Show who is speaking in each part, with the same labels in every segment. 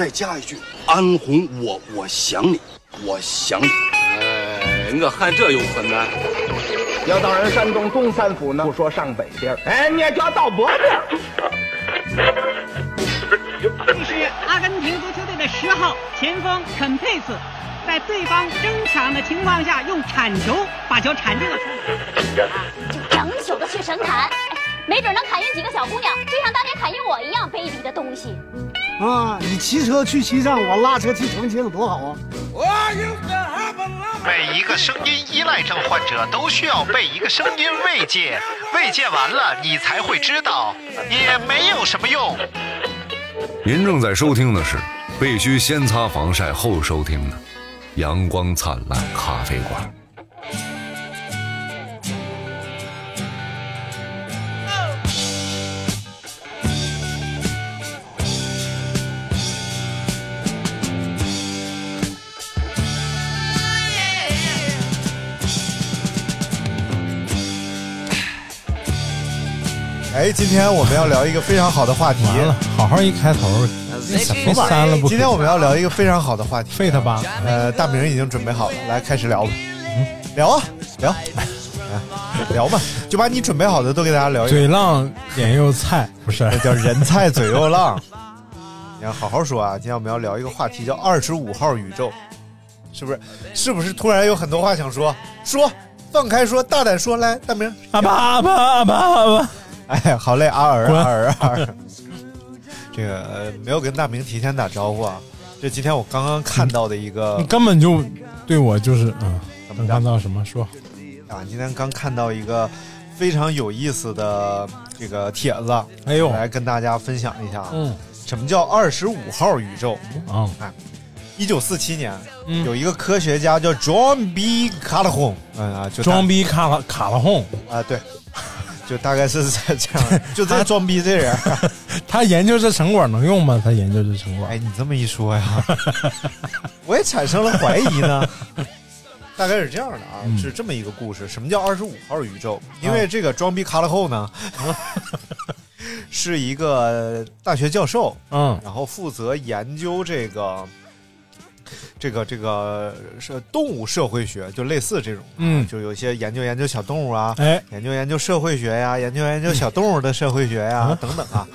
Speaker 1: 再加一句：“安红，我我想你，我想你。
Speaker 2: 哎，我看这又很难。
Speaker 3: 要到人山东东三府呢，不说上北边儿，哎，你也就要到北边儿。
Speaker 4: 是阿根廷足球队的十号前锋肯佩斯，在对方争抢的情况下，用铲球把球铲进了出网。
Speaker 5: 就整宿的去神砍，哎没准能砍晕几个小姑娘，就像当年砍晕我一样卑鄙的东西。
Speaker 6: 啊，你骑车去西藏，我拉车去重庆，多好啊！
Speaker 7: 每一个声音依赖症患者都需要被一个声音慰藉，慰藉完了，你才会知道也没有什么用。
Speaker 8: 您正在收听的是必须先擦防晒后收听的《阳光灿烂咖啡馆》。
Speaker 9: 哎，今天我们要聊一个非常好的话题。
Speaker 10: 完了，好好一开头，那什么删了不可？
Speaker 9: 今天我们要聊一个非常好的话题。
Speaker 10: 废他吧，
Speaker 9: 呃，大明已经准备好了，来开始聊吧。
Speaker 10: 嗯
Speaker 9: 聊啊，聊， 哎聊吧，就把你准备好的都给大家聊一聊。
Speaker 10: 嘴浪脸又菜，不是
Speaker 9: 这叫人菜嘴又浪。 你要好好说啊！今天我们要聊一个话题，叫二十五号宇宙，是不是？是不是突然有很多话想说？说，放开说，大胆说，来，大明。
Speaker 10: 阿巴阿巴阿巴阿巴，
Speaker 9: 哎，好嘞，阿尔
Speaker 10: 滚
Speaker 9: 阿尔阿尔。这个呃，没有跟大明提前打招呼啊。这今天我刚刚看到的一个
Speaker 10: 你根本就对我就是嗯，
Speaker 9: 怎么
Speaker 10: 能
Speaker 9: 着
Speaker 10: 看到什么说？
Speaker 9: 啊，今天刚看到一个非常有意思的这个帖子，
Speaker 10: 哎呦，
Speaker 9: 来跟大家分享一下啊。
Speaker 10: 嗯
Speaker 9: 什么叫二十五号宇宙？
Speaker 10: 啊，
Speaker 9: 一九四七年，
Speaker 10: 嗯
Speaker 9: 有一个科学家叫 John B. Calhoun，嗯啊，就大
Speaker 10: 装逼卡了卡了哄，
Speaker 9: 啊，对，就大概是在这样，就
Speaker 10: 啊
Speaker 9: 在装逼这人。
Speaker 10: 他研究这成果能用吗？他研究这成果，
Speaker 9: 哎，你这么一说呀， 我也产生了怀疑呢。 大概是这样的啊，
Speaker 10: 嗯
Speaker 9: 是这么一个故事。什么叫二十五号宇宙？因为这个装逼卡拉后呢，是一个大学教授，
Speaker 10: 嗯
Speaker 9: 然后负责研究这个。这个这个是动物社会学，就类似这种，
Speaker 10: 嗯，
Speaker 9: 啊就有些研究研究小动物啊，
Speaker 10: 哎，
Speaker 9: 研究研究社会学呀、研究研究小动物的社会学呀、
Speaker 10: 嗯
Speaker 9: 等等啊，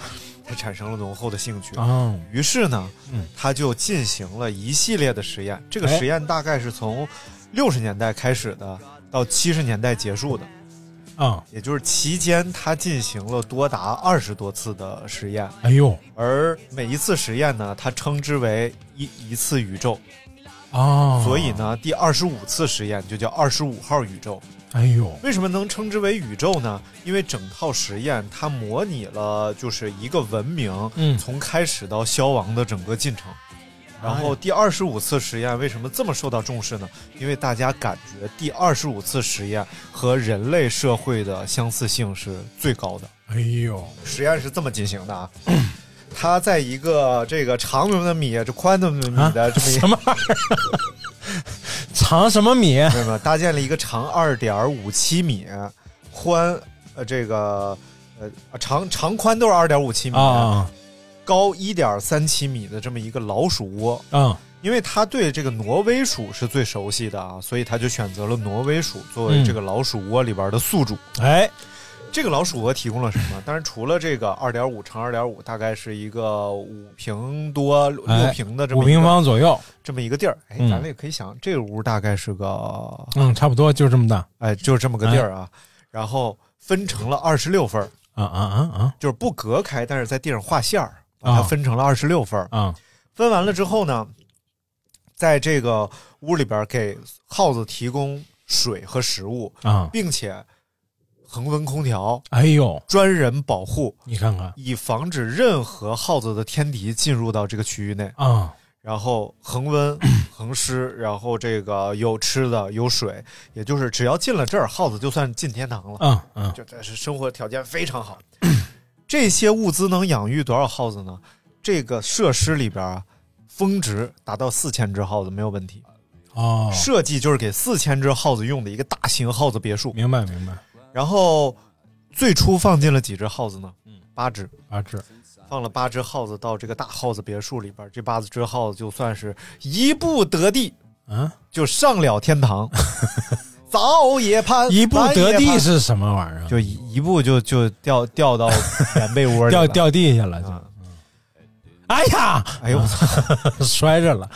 Speaker 9: 他产生了浓厚的兴趣。
Speaker 10: 啊，
Speaker 9: 于是呢
Speaker 10: 嗯，
Speaker 9: 他就进行了一系列的实验。这个
Speaker 10: 哎
Speaker 9: 实验大概是从六十年代开始的，到七十年代结束的，
Speaker 10: 啊，
Speaker 9: 也就是期间他进行了多达二十多次的实验，
Speaker 10: 哎呦
Speaker 9: 而每一次实验呢，他称之为一一次宇宙。
Speaker 10: 啊，
Speaker 9: 所以，呢，第二十五次实验就叫二十五号宇宙。
Speaker 10: 哎呦，
Speaker 9: 为什么能称之为宇宙呢？因为整套实验它模拟了就是一个文明
Speaker 10: 嗯
Speaker 9: 从开始到消亡的整个进程。然后第二十五次实验为什么这么受到重视呢？因为大家感觉第二十五次实验和人类社会的相似性是最高的。
Speaker 10: 哎呦，
Speaker 9: 实验是这么进行的 啊，它在一个这个长那么的米、这宽那么的
Speaker 10: 啊
Speaker 9: 米的这么一
Speaker 10: 什么 玩意儿？藏什么米？
Speaker 9: 没有没有，搭建了一个长二点五七米，宽呃这个呃长长宽都是二点五七米，
Speaker 10: 啊
Speaker 9: 高一点三七米的这么一个老鼠窝。
Speaker 10: 啊
Speaker 9: 因为他对这个挪威鼠是最熟悉的啊，所以他就选择了挪威鼠作为
Speaker 10: 嗯
Speaker 9: 这个老鼠窝里边的宿主。
Speaker 10: 哎
Speaker 9: 这个老鼠窝提供了什么？当然，除了这个二点五乘二点五，大概是一个五平多六
Speaker 10: 哎
Speaker 9: 平的这
Speaker 10: 五
Speaker 9: 么一个
Speaker 10: 平方左右，
Speaker 9: 这么一个地儿。哎，
Speaker 10: 嗯
Speaker 9: 咱们也可以想，这个屋大概是个
Speaker 10: 嗯，差不多就这么大。
Speaker 9: 哎，就是这么个地儿啊。然后分成了二十六份儿，
Speaker 10: 啊啊啊
Speaker 9: 就是不隔开，但是在地上画线儿，把它
Speaker 10: 啊
Speaker 9: 分成了二十六份儿。
Speaker 10: 啊啊！
Speaker 9: 分完了之后呢，在这个屋里边儿给耗子提供水和食物，
Speaker 10: 啊！
Speaker 9: 并且恒温空调，
Speaker 10: 哎呦，
Speaker 9: 专人保护，
Speaker 10: 你看看
Speaker 9: 以防止任何耗子的天敌进入到这个区域内。
Speaker 10: 啊，
Speaker 9: 然后恒温、恒湿，然后这个有吃的有水，也就是只要进了这儿，耗子就算进天堂了。
Speaker 10: 嗯嗯，
Speaker 9: 就这是生活条件非常好。 这些物资能养育多少耗子呢？这个设施里边啊，峰值达到四千只耗子没有问题。
Speaker 10: 哦，
Speaker 9: 设计就是给四千只耗子用的一个大型耗子别墅。
Speaker 10: 明白明白，嗯
Speaker 9: 然后最初放进了几只耗子呢？八只。
Speaker 10: 阿志，
Speaker 9: 放了八只耗子到这个大耗子别墅里边，这八只耗子就算是一步得地，
Speaker 10: 啊，
Speaker 9: 就上了天 堂。早也攀，
Speaker 10: 一步得
Speaker 9: 晚也
Speaker 10: 地
Speaker 9: 攀
Speaker 10: 是什么玩意儿？
Speaker 9: 就一一步就就掉掉到棉被窝里
Speaker 10: 掉
Speaker 9: 了
Speaker 10: 掉地下了就。
Speaker 9: 啊！
Speaker 10: 哎呀，
Speaker 9: 哎呦我操，
Speaker 10: 摔着
Speaker 9: 啊
Speaker 10: 了，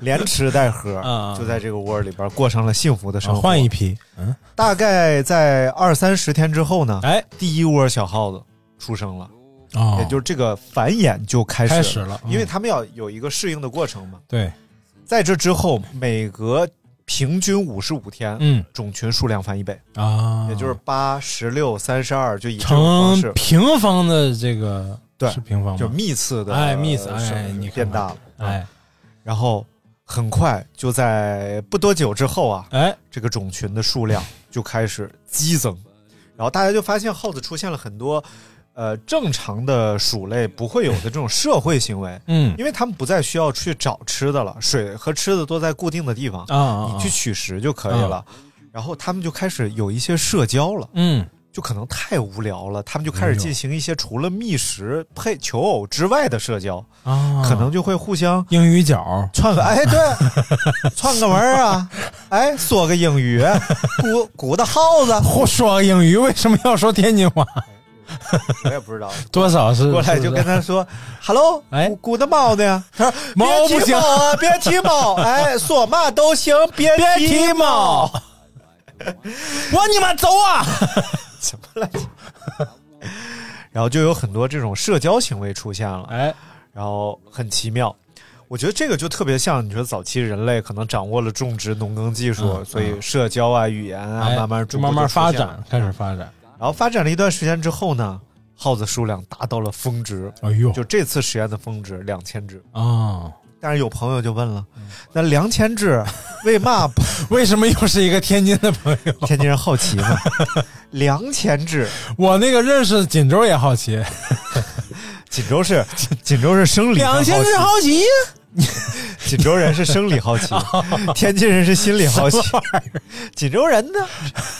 Speaker 9: 连吃带喝
Speaker 10: 啊，
Speaker 9: 就在这个窝里边过上了幸福的生
Speaker 10: 啊
Speaker 9: 活。
Speaker 10: 换一批。嗯，
Speaker 9: 大概在二三十天之后呢，
Speaker 10: 哎，
Speaker 9: 第一窝小耗子出生了，
Speaker 10: 哦，
Speaker 9: 也就是这个繁衍就开始
Speaker 10: 开始了，嗯
Speaker 9: 因为他们要有一个适应的过程嘛。
Speaker 10: 对，
Speaker 9: 在这之后，每隔平均五十五天，
Speaker 10: 嗯
Speaker 9: 种群数量翻一倍，
Speaker 10: 啊，
Speaker 9: 也就是八、十六、三十二，就以这种方
Speaker 10: 成
Speaker 9: 式
Speaker 10: 平方的这个，
Speaker 9: 对
Speaker 10: 是平方
Speaker 9: 就
Speaker 10: 吗？
Speaker 9: 密啊次的
Speaker 10: 哎，miss，
Speaker 9: 生
Speaker 10: 哎，你看
Speaker 9: 变大了，
Speaker 10: 看，哎
Speaker 9: 然后很快就在不多久之后啊，
Speaker 10: 哎，
Speaker 9: 这个种群的数量就开始激增，然后大家就发现耗子出现了很多呃正常的鼠类不会有的这种社会行为，
Speaker 10: 嗯
Speaker 9: 因为它们不再需要去找吃的了，水和吃的都在固定的地方，
Speaker 10: 啊啊，啊
Speaker 9: 你去取食就可以了。然后它们就开始有一些社交了，
Speaker 10: 嗯
Speaker 9: 就可能太无聊了，它们就开始进行一些除了觅食配求偶之外的社交，
Speaker 10: 啊，
Speaker 9: 可能就会互相
Speaker 10: 英语角，
Speaker 9: 串个哎， 对，串个门儿啊，哎，说个英语，鼓鼓的耗子，
Speaker 10: 胡说英语为什么要说天津话？
Speaker 9: 我也不知道，
Speaker 10: 多少是
Speaker 9: 过来就跟他说 “hello”，
Speaker 10: 哎
Speaker 9: 鼓鼓的猫呢？他说
Speaker 10: 猫
Speaker 9: 别
Speaker 10: 不
Speaker 9: 提
Speaker 10: 行
Speaker 9: 猫啊，别提 猫，哎，说嘛都行，别
Speaker 10: 别
Speaker 9: 提
Speaker 10: 提猫，我你妈走啊！
Speaker 9: 什么来着？然后就有很多这种社交行为出现了，
Speaker 10: 哎，
Speaker 9: 然后很奇妙。我觉得这个就特别像你说早期人类可能掌握了种植农耕技术，
Speaker 10: 嗯
Speaker 9: 所以社交啊、语言啊，
Speaker 10: 哎
Speaker 9: 慢慢
Speaker 10: 就
Speaker 9: 逐步
Speaker 10: 慢慢
Speaker 9: 出现
Speaker 10: 发
Speaker 9: 了
Speaker 10: 展，开始发展。
Speaker 9: 然后发展了一段时间之后呢，耗子数量达到了峰值，
Speaker 10: 哎呦，
Speaker 9: 就这次实验的峰值两千只。
Speaker 10: 啊，
Speaker 9: 但是有朋友就问了，
Speaker 10: 嗯
Speaker 9: 那两千只 为嘛不？
Speaker 10: 为什么又是一个天津的朋友？
Speaker 9: 天津人好奇嘛，两千 只，
Speaker 10: 我那个认识锦州也 好奇，
Speaker 9: 锦州是锦州是生理上好奇，
Speaker 10: 好奇，
Speaker 9: 锦州人是生理好 奇，天津人是心理好奇。锦州人呢，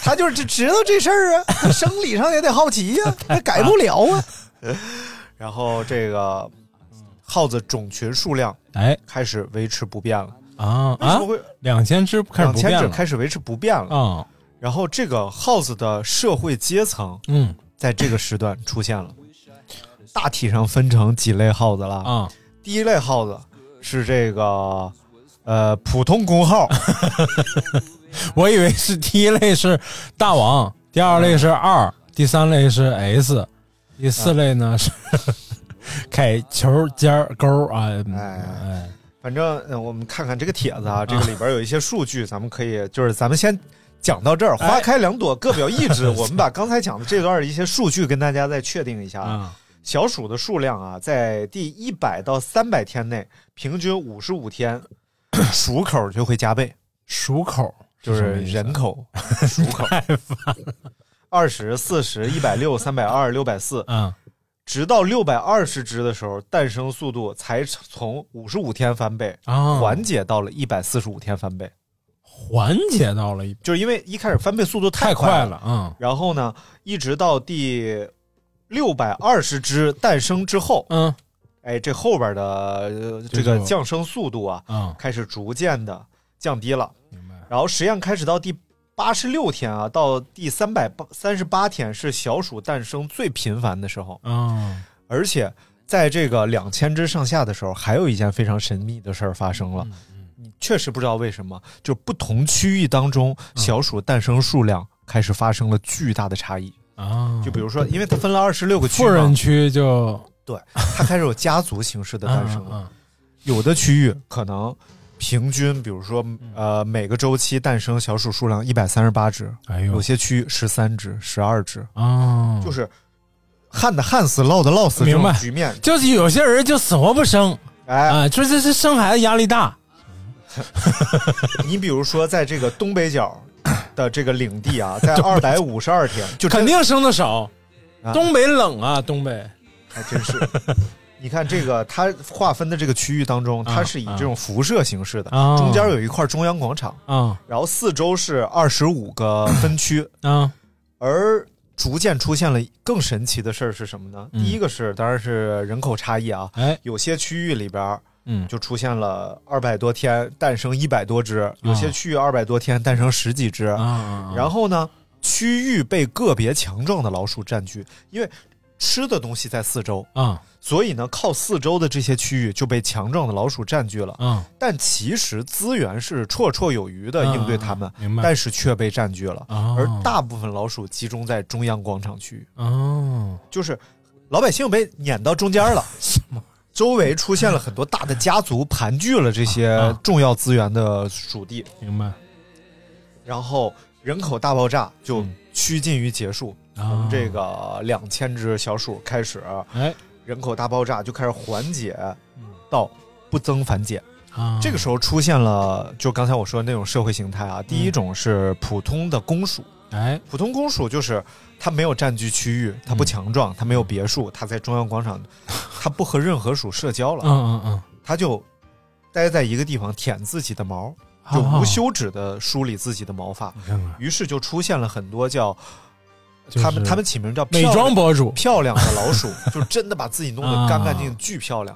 Speaker 9: 他就是只知道这事儿啊，他生理上也得好奇 呀、他改不了啊。然后这个嗯耗子种群数量
Speaker 10: 哎
Speaker 9: 开始维持不变了，
Speaker 10: 啊
Speaker 9: 为什
Speaker 10: 啊
Speaker 9: 么，会
Speaker 10: 两千只开始
Speaker 9: 两
Speaker 10: 不
Speaker 9: 千
Speaker 10: 变
Speaker 9: 只
Speaker 10: 了
Speaker 9: 开始维持不变了？
Speaker 10: 啊，
Speaker 9: 然后这个耗子的社会阶层
Speaker 10: 嗯
Speaker 9: 在这个时段出现了，大体上分成几类耗子了。
Speaker 10: 啊，
Speaker 9: 第一类耗子是这个呃普通工 号，
Speaker 10: 我以为是第一类是大王，第二类是二，第三类是 S，第
Speaker 9: 啊
Speaker 10: 四类呢 是凯球尖儿勾啊，嗯
Speaker 9: 哎
Speaker 10: 哎
Speaker 9: 反正、呃、我们看看这个帖子
Speaker 10: 嗯
Speaker 9: 啊，这个里边有一些数据，咱们可以就是咱们先讲到这儿，
Speaker 10: 哎
Speaker 9: 花开两朵，各表一枝。我们把刚才讲的这段一些数据跟大家再确定一下。
Speaker 10: 啊
Speaker 9: 小鼠的数量啊，在第一百到三百天内，平均五十五天， 鼠口就会加倍，
Speaker 10: 鼠口
Speaker 9: 就是
Speaker 10: 啊
Speaker 9: 人口 鼠口。二十四十一百六三百二六百四，
Speaker 10: 啊
Speaker 9: 直到六百二十只的时候，诞生速度才从五十五天翻倍，
Speaker 10: 啊
Speaker 9: 缓解到了一百四十五天翻倍，
Speaker 10: 缓解到了一
Speaker 9: 就是因为一开始翻倍速度
Speaker 10: 太
Speaker 9: 快
Speaker 10: 快了，嗯
Speaker 9: 然后呢，一直到第六百二十只诞生之后，
Speaker 10: 嗯
Speaker 9: 哎，这后边的、呃这个降生速度啊，
Speaker 10: 嗯，
Speaker 9: 开始逐渐的降低了。
Speaker 10: 明白
Speaker 9: 然后实验开始到第八十六天啊，到第三百八三十八天是小鼠诞生最频繁的时候，
Speaker 10: 啊
Speaker 9: 而且在这个两千只上下的时候，还有一件非常神秘的事儿发生
Speaker 10: 嗯
Speaker 9: 了。你确实不知道为什么，就不同区域当中
Speaker 10: 嗯
Speaker 9: 小鼠诞生数量开始发生了巨大的差异。
Speaker 10: 啊，
Speaker 9: 就比如说，因为它分了二十六个区
Speaker 10: 富
Speaker 9: 嘛
Speaker 10: 人区就
Speaker 9: 对，它开始有家族形式的诞生了。
Speaker 10: 啊
Speaker 9: 有的区域可能平均，比如说
Speaker 10: 嗯
Speaker 9: 呃每个周期诞生小鼠数量一百三十八只，
Speaker 10: 哎
Speaker 9: 有
Speaker 10: 呦
Speaker 9: 些区域十三只、十二只，
Speaker 10: 啊，
Speaker 9: 就是旱的旱死，涝的涝死这
Speaker 10: 明
Speaker 9: 种
Speaker 10: 白
Speaker 9: 局面。
Speaker 10: 就是有些人就死活不生
Speaker 9: 哎，
Speaker 10: 啊，就是这生孩子压力大
Speaker 9: 你比如说在这个东北角的这个领地 啊，在二百五十二天，就
Speaker 10: 肯定生的少
Speaker 9: 啊。
Speaker 10: 东北冷啊，东北
Speaker 9: 还真是。你看这个，它划分的这个区域当中，它
Speaker 10: 嗯
Speaker 9: 是以这种辐射形式的，
Speaker 10: 啊
Speaker 9: 中间有一块中央广场，
Speaker 10: 啊
Speaker 9: 然后四周是二十五个分区，
Speaker 10: 啊
Speaker 9: 而逐渐出现了更神奇的事儿是什么呢？
Speaker 10: 嗯
Speaker 9: 第一个是当然是人口差异啊，
Speaker 10: 哎，
Speaker 9: 有些区域里边儿
Speaker 10: 嗯，
Speaker 9: 就出现了二百多天诞生一百多只，有些区域二百多天诞生十几只，
Speaker 10: 啊，
Speaker 9: 然后呢，区域被个别强壮的老鼠占据，因为吃的东西在四周，
Speaker 10: 啊
Speaker 9: 所以呢，靠四周的这些区域就被强壮的老鼠占据了。
Speaker 10: 啊，
Speaker 9: 但其实资源是绰绰有余的应对它们，
Speaker 10: 嗯嗯嗯明白
Speaker 9: 但是却被占据了。
Speaker 10: 哦
Speaker 9: 而大部分老鼠集中在中央广场区域，
Speaker 10: 哦，
Speaker 9: 就是老百姓被撵到中间了。周围出现了很多大的家族，盘踞了这些
Speaker 10: 啊
Speaker 9: 重要资源的属地，
Speaker 10: 明白。
Speaker 9: 然后人口大爆炸就
Speaker 10: 嗯
Speaker 9: 趋近于结束。从
Speaker 10: 啊，
Speaker 9: 这个两千只小鼠开始，
Speaker 10: 哎
Speaker 9: 人口大爆炸就开始缓解，到不增反减。
Speaker 10: 嗯啊，
Speaker 9: 这个时候出现了，就刚才我说的那种社会形态啊。
Speaker 10: 嗯
Speaker 9: 第一种是普通的公鼠，
Speaker 10: 哎
Speaker 9: 普通公鼠就是它没有占据区域，它不强
Speaker 10: 嗯
Speaker 9: 壮，它没有别墅，它在中央广 场，它不和任何鼠社交
Speaker 10: 嗯
Speaker 9: 了，
Speaker 10: 嗯嗯，
Speaker 9: 它就待在一个地方舔自己的毛，就
Speaker 10: 好
Speaker 9: 无，休止的梳理自己的毛发
Speaker 10: 好。你看看
Speaker 9: 于是就出现了很多叫
Speaker 10: 嗯就是
Speaker 9: 他们他们起名叫
Speaker 10: 美
Speaker 9: 漂亮
Speaker 10: 妆博主，
Speaker 9: 漂亮的老 鼠，就真的把自己弄得干干净净，
Speaker 10: 啊
Speaker 9: 巨漂亮，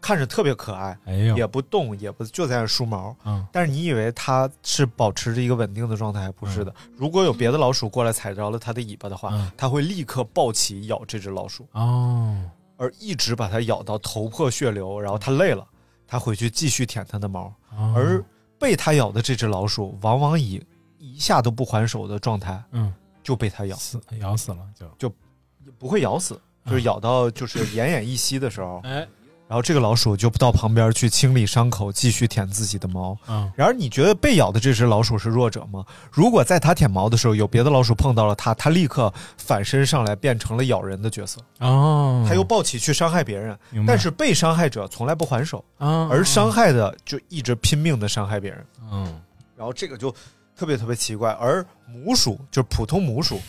Speaker 9: 看着特别可爱，
Speaker 10: 哎呦，
Speaker 9: 也不动，也不就在那梳毛。
Speaker 10: 嗯
Speaker 9: 但是你以为它是保持着一个稳定的状态，不是的。如果有别的老鼠过来踩着了它的尾巴的话，
Speaker 10: 嗯
Speaker 9: 它会立刻抱起咬这只老鼠，
Speaker 10: 哦，
Speaker 9: 而一直把它咬到头破血流，然后它累了，它回去继续舔它的毛。
Speaker 10: 哦
Speaker 9: 而被它咬的这只老鼠，往往以一下都不还手的状态
Speaker 10: 嗯
Speaker 9: 就被它咬，
Speaker 10: 死嗯咬死了就，
Speaker 9: 不会咬死，就是咬到就是奄奄一息的时候，
Speaker 10: 哎
Speaker 9: 然后这个老鼠就到旁边去清理伤口，继续舔自己的毛。
Speaker 10: 啊
Speaker 9: 然而，你觉得被咬的这只老鼠是弱者吗？如果在它舔毛的时候有别的老鼠碰到了它，它立刻反身上来，变成了咬人的角色，
Speaker 10: 哦，
Speaker 9: 它又抱起去伤害别人。
Speaker 10: 明白
Speaker 9: 但是被伤害者从来不还手，
Speaker 10: 啊，
Speaker 9: 而伤害的就一直拼命的伤害别人。
Speaker 10: 嗯
Speaker 9: 然后这个就特别特别奇怪。而母鼠就是普通母鼠，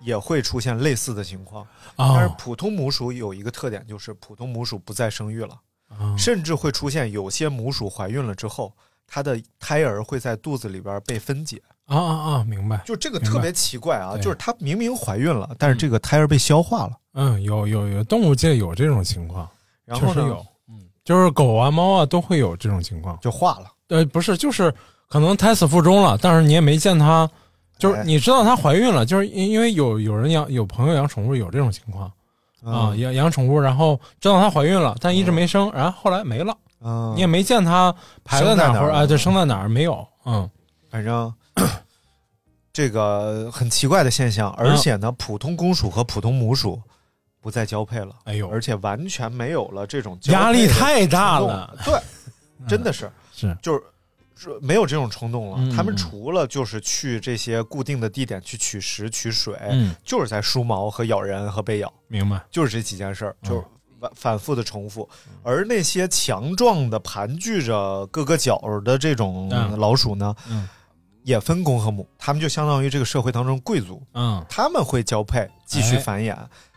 Speaker 9: 也会出现类似的情况。但是
Speaker 10: 啊，
Speaker 9: 普通母鼠有一个特点，就是普通母鼠不再生育了。
Speaker 10: 啊
Speaker 9: 甚至会出现有些母鼠怀孕了之后，它的胎儿会在肚子里边被分解，
Speaker 10: 啊啊啊，明白，
Speaker 9: 就这个
Speaker 10: 明白
Speaker 9: 特别奇怪啊！
Speaker 10: 对
Speaker 9: 就是它明明怀孕了，但是这个胎儿被消化了，
Speaker 10: 嗯，有有有，动物界有这种情况，
Speaker 9: 然后
Speaker 10: 确实
Speaker 9: 呢
Speaker 10: 有，嗯，就是狗啊、猫啊都会有这种情况。
Speaker 9: 就化了。
Speaker 10: 呃，不是，就是可能胎死腹中了，但是你也没见她，就是
Speaker 9: 哎
Speaker 10: 你知道她怀孕了，就是因因为有有人养有朋友养宠物有这种情况啊，
Speaker 9: 嗯
Speaker 10: 养养宠物，然后知道她怀孕了，但一直没生，然后后来没了，
Speaker 9: 嗯，
Speaker 10: 你也没见她排在
Speaker 9: 生在
Speaker 10: 哪
Speaker 9: 哪儿
Speaker 10: 儿或者
Speaker 9: 了
Speaker 10: 啊，对，生在哪儿没有，嗯
Speaker 9: 反正这个很奇怪的现象，而且呢，普通公鼠和普通母鼠不再交配了，
Speaker 10: 哎呦
Speaker 9: 而且完全没有了这种交配的
Speaker 10: 压力太大了嗯
Speaker 9: 冲动，对， 真的是
Speaker 10: 是
Speaker 9: 就是。是没有这种冲动了，
Speaker 10: 嗯
Speaker 9: 他们
Speaker 10: 嗯
Speaker 9: 除了就是去这些固定的地点去取食取水，
Speaker 10: 嗯，
Speaker 9: 就是在梳毛和咬人和被咬，
Speaker 10: 明白，
Speaker 9: 就是这几件事儿，
Speaker 10: 嗯
Speaker 9: 就反反复的重复。而那些强壮的盘踞着各个角儿的这种
Speaker 10: 嗯
Speaker 9: 老鼠呢，
Speaker 10: 嗯
Speaker 9: 也分公和母，他们就相当于这个社会当中贵族，
Speaker 10: 嗯
Speaker 9: 他们会交配继续
Speaker 10: 哎
Speaker 9: 繁衍，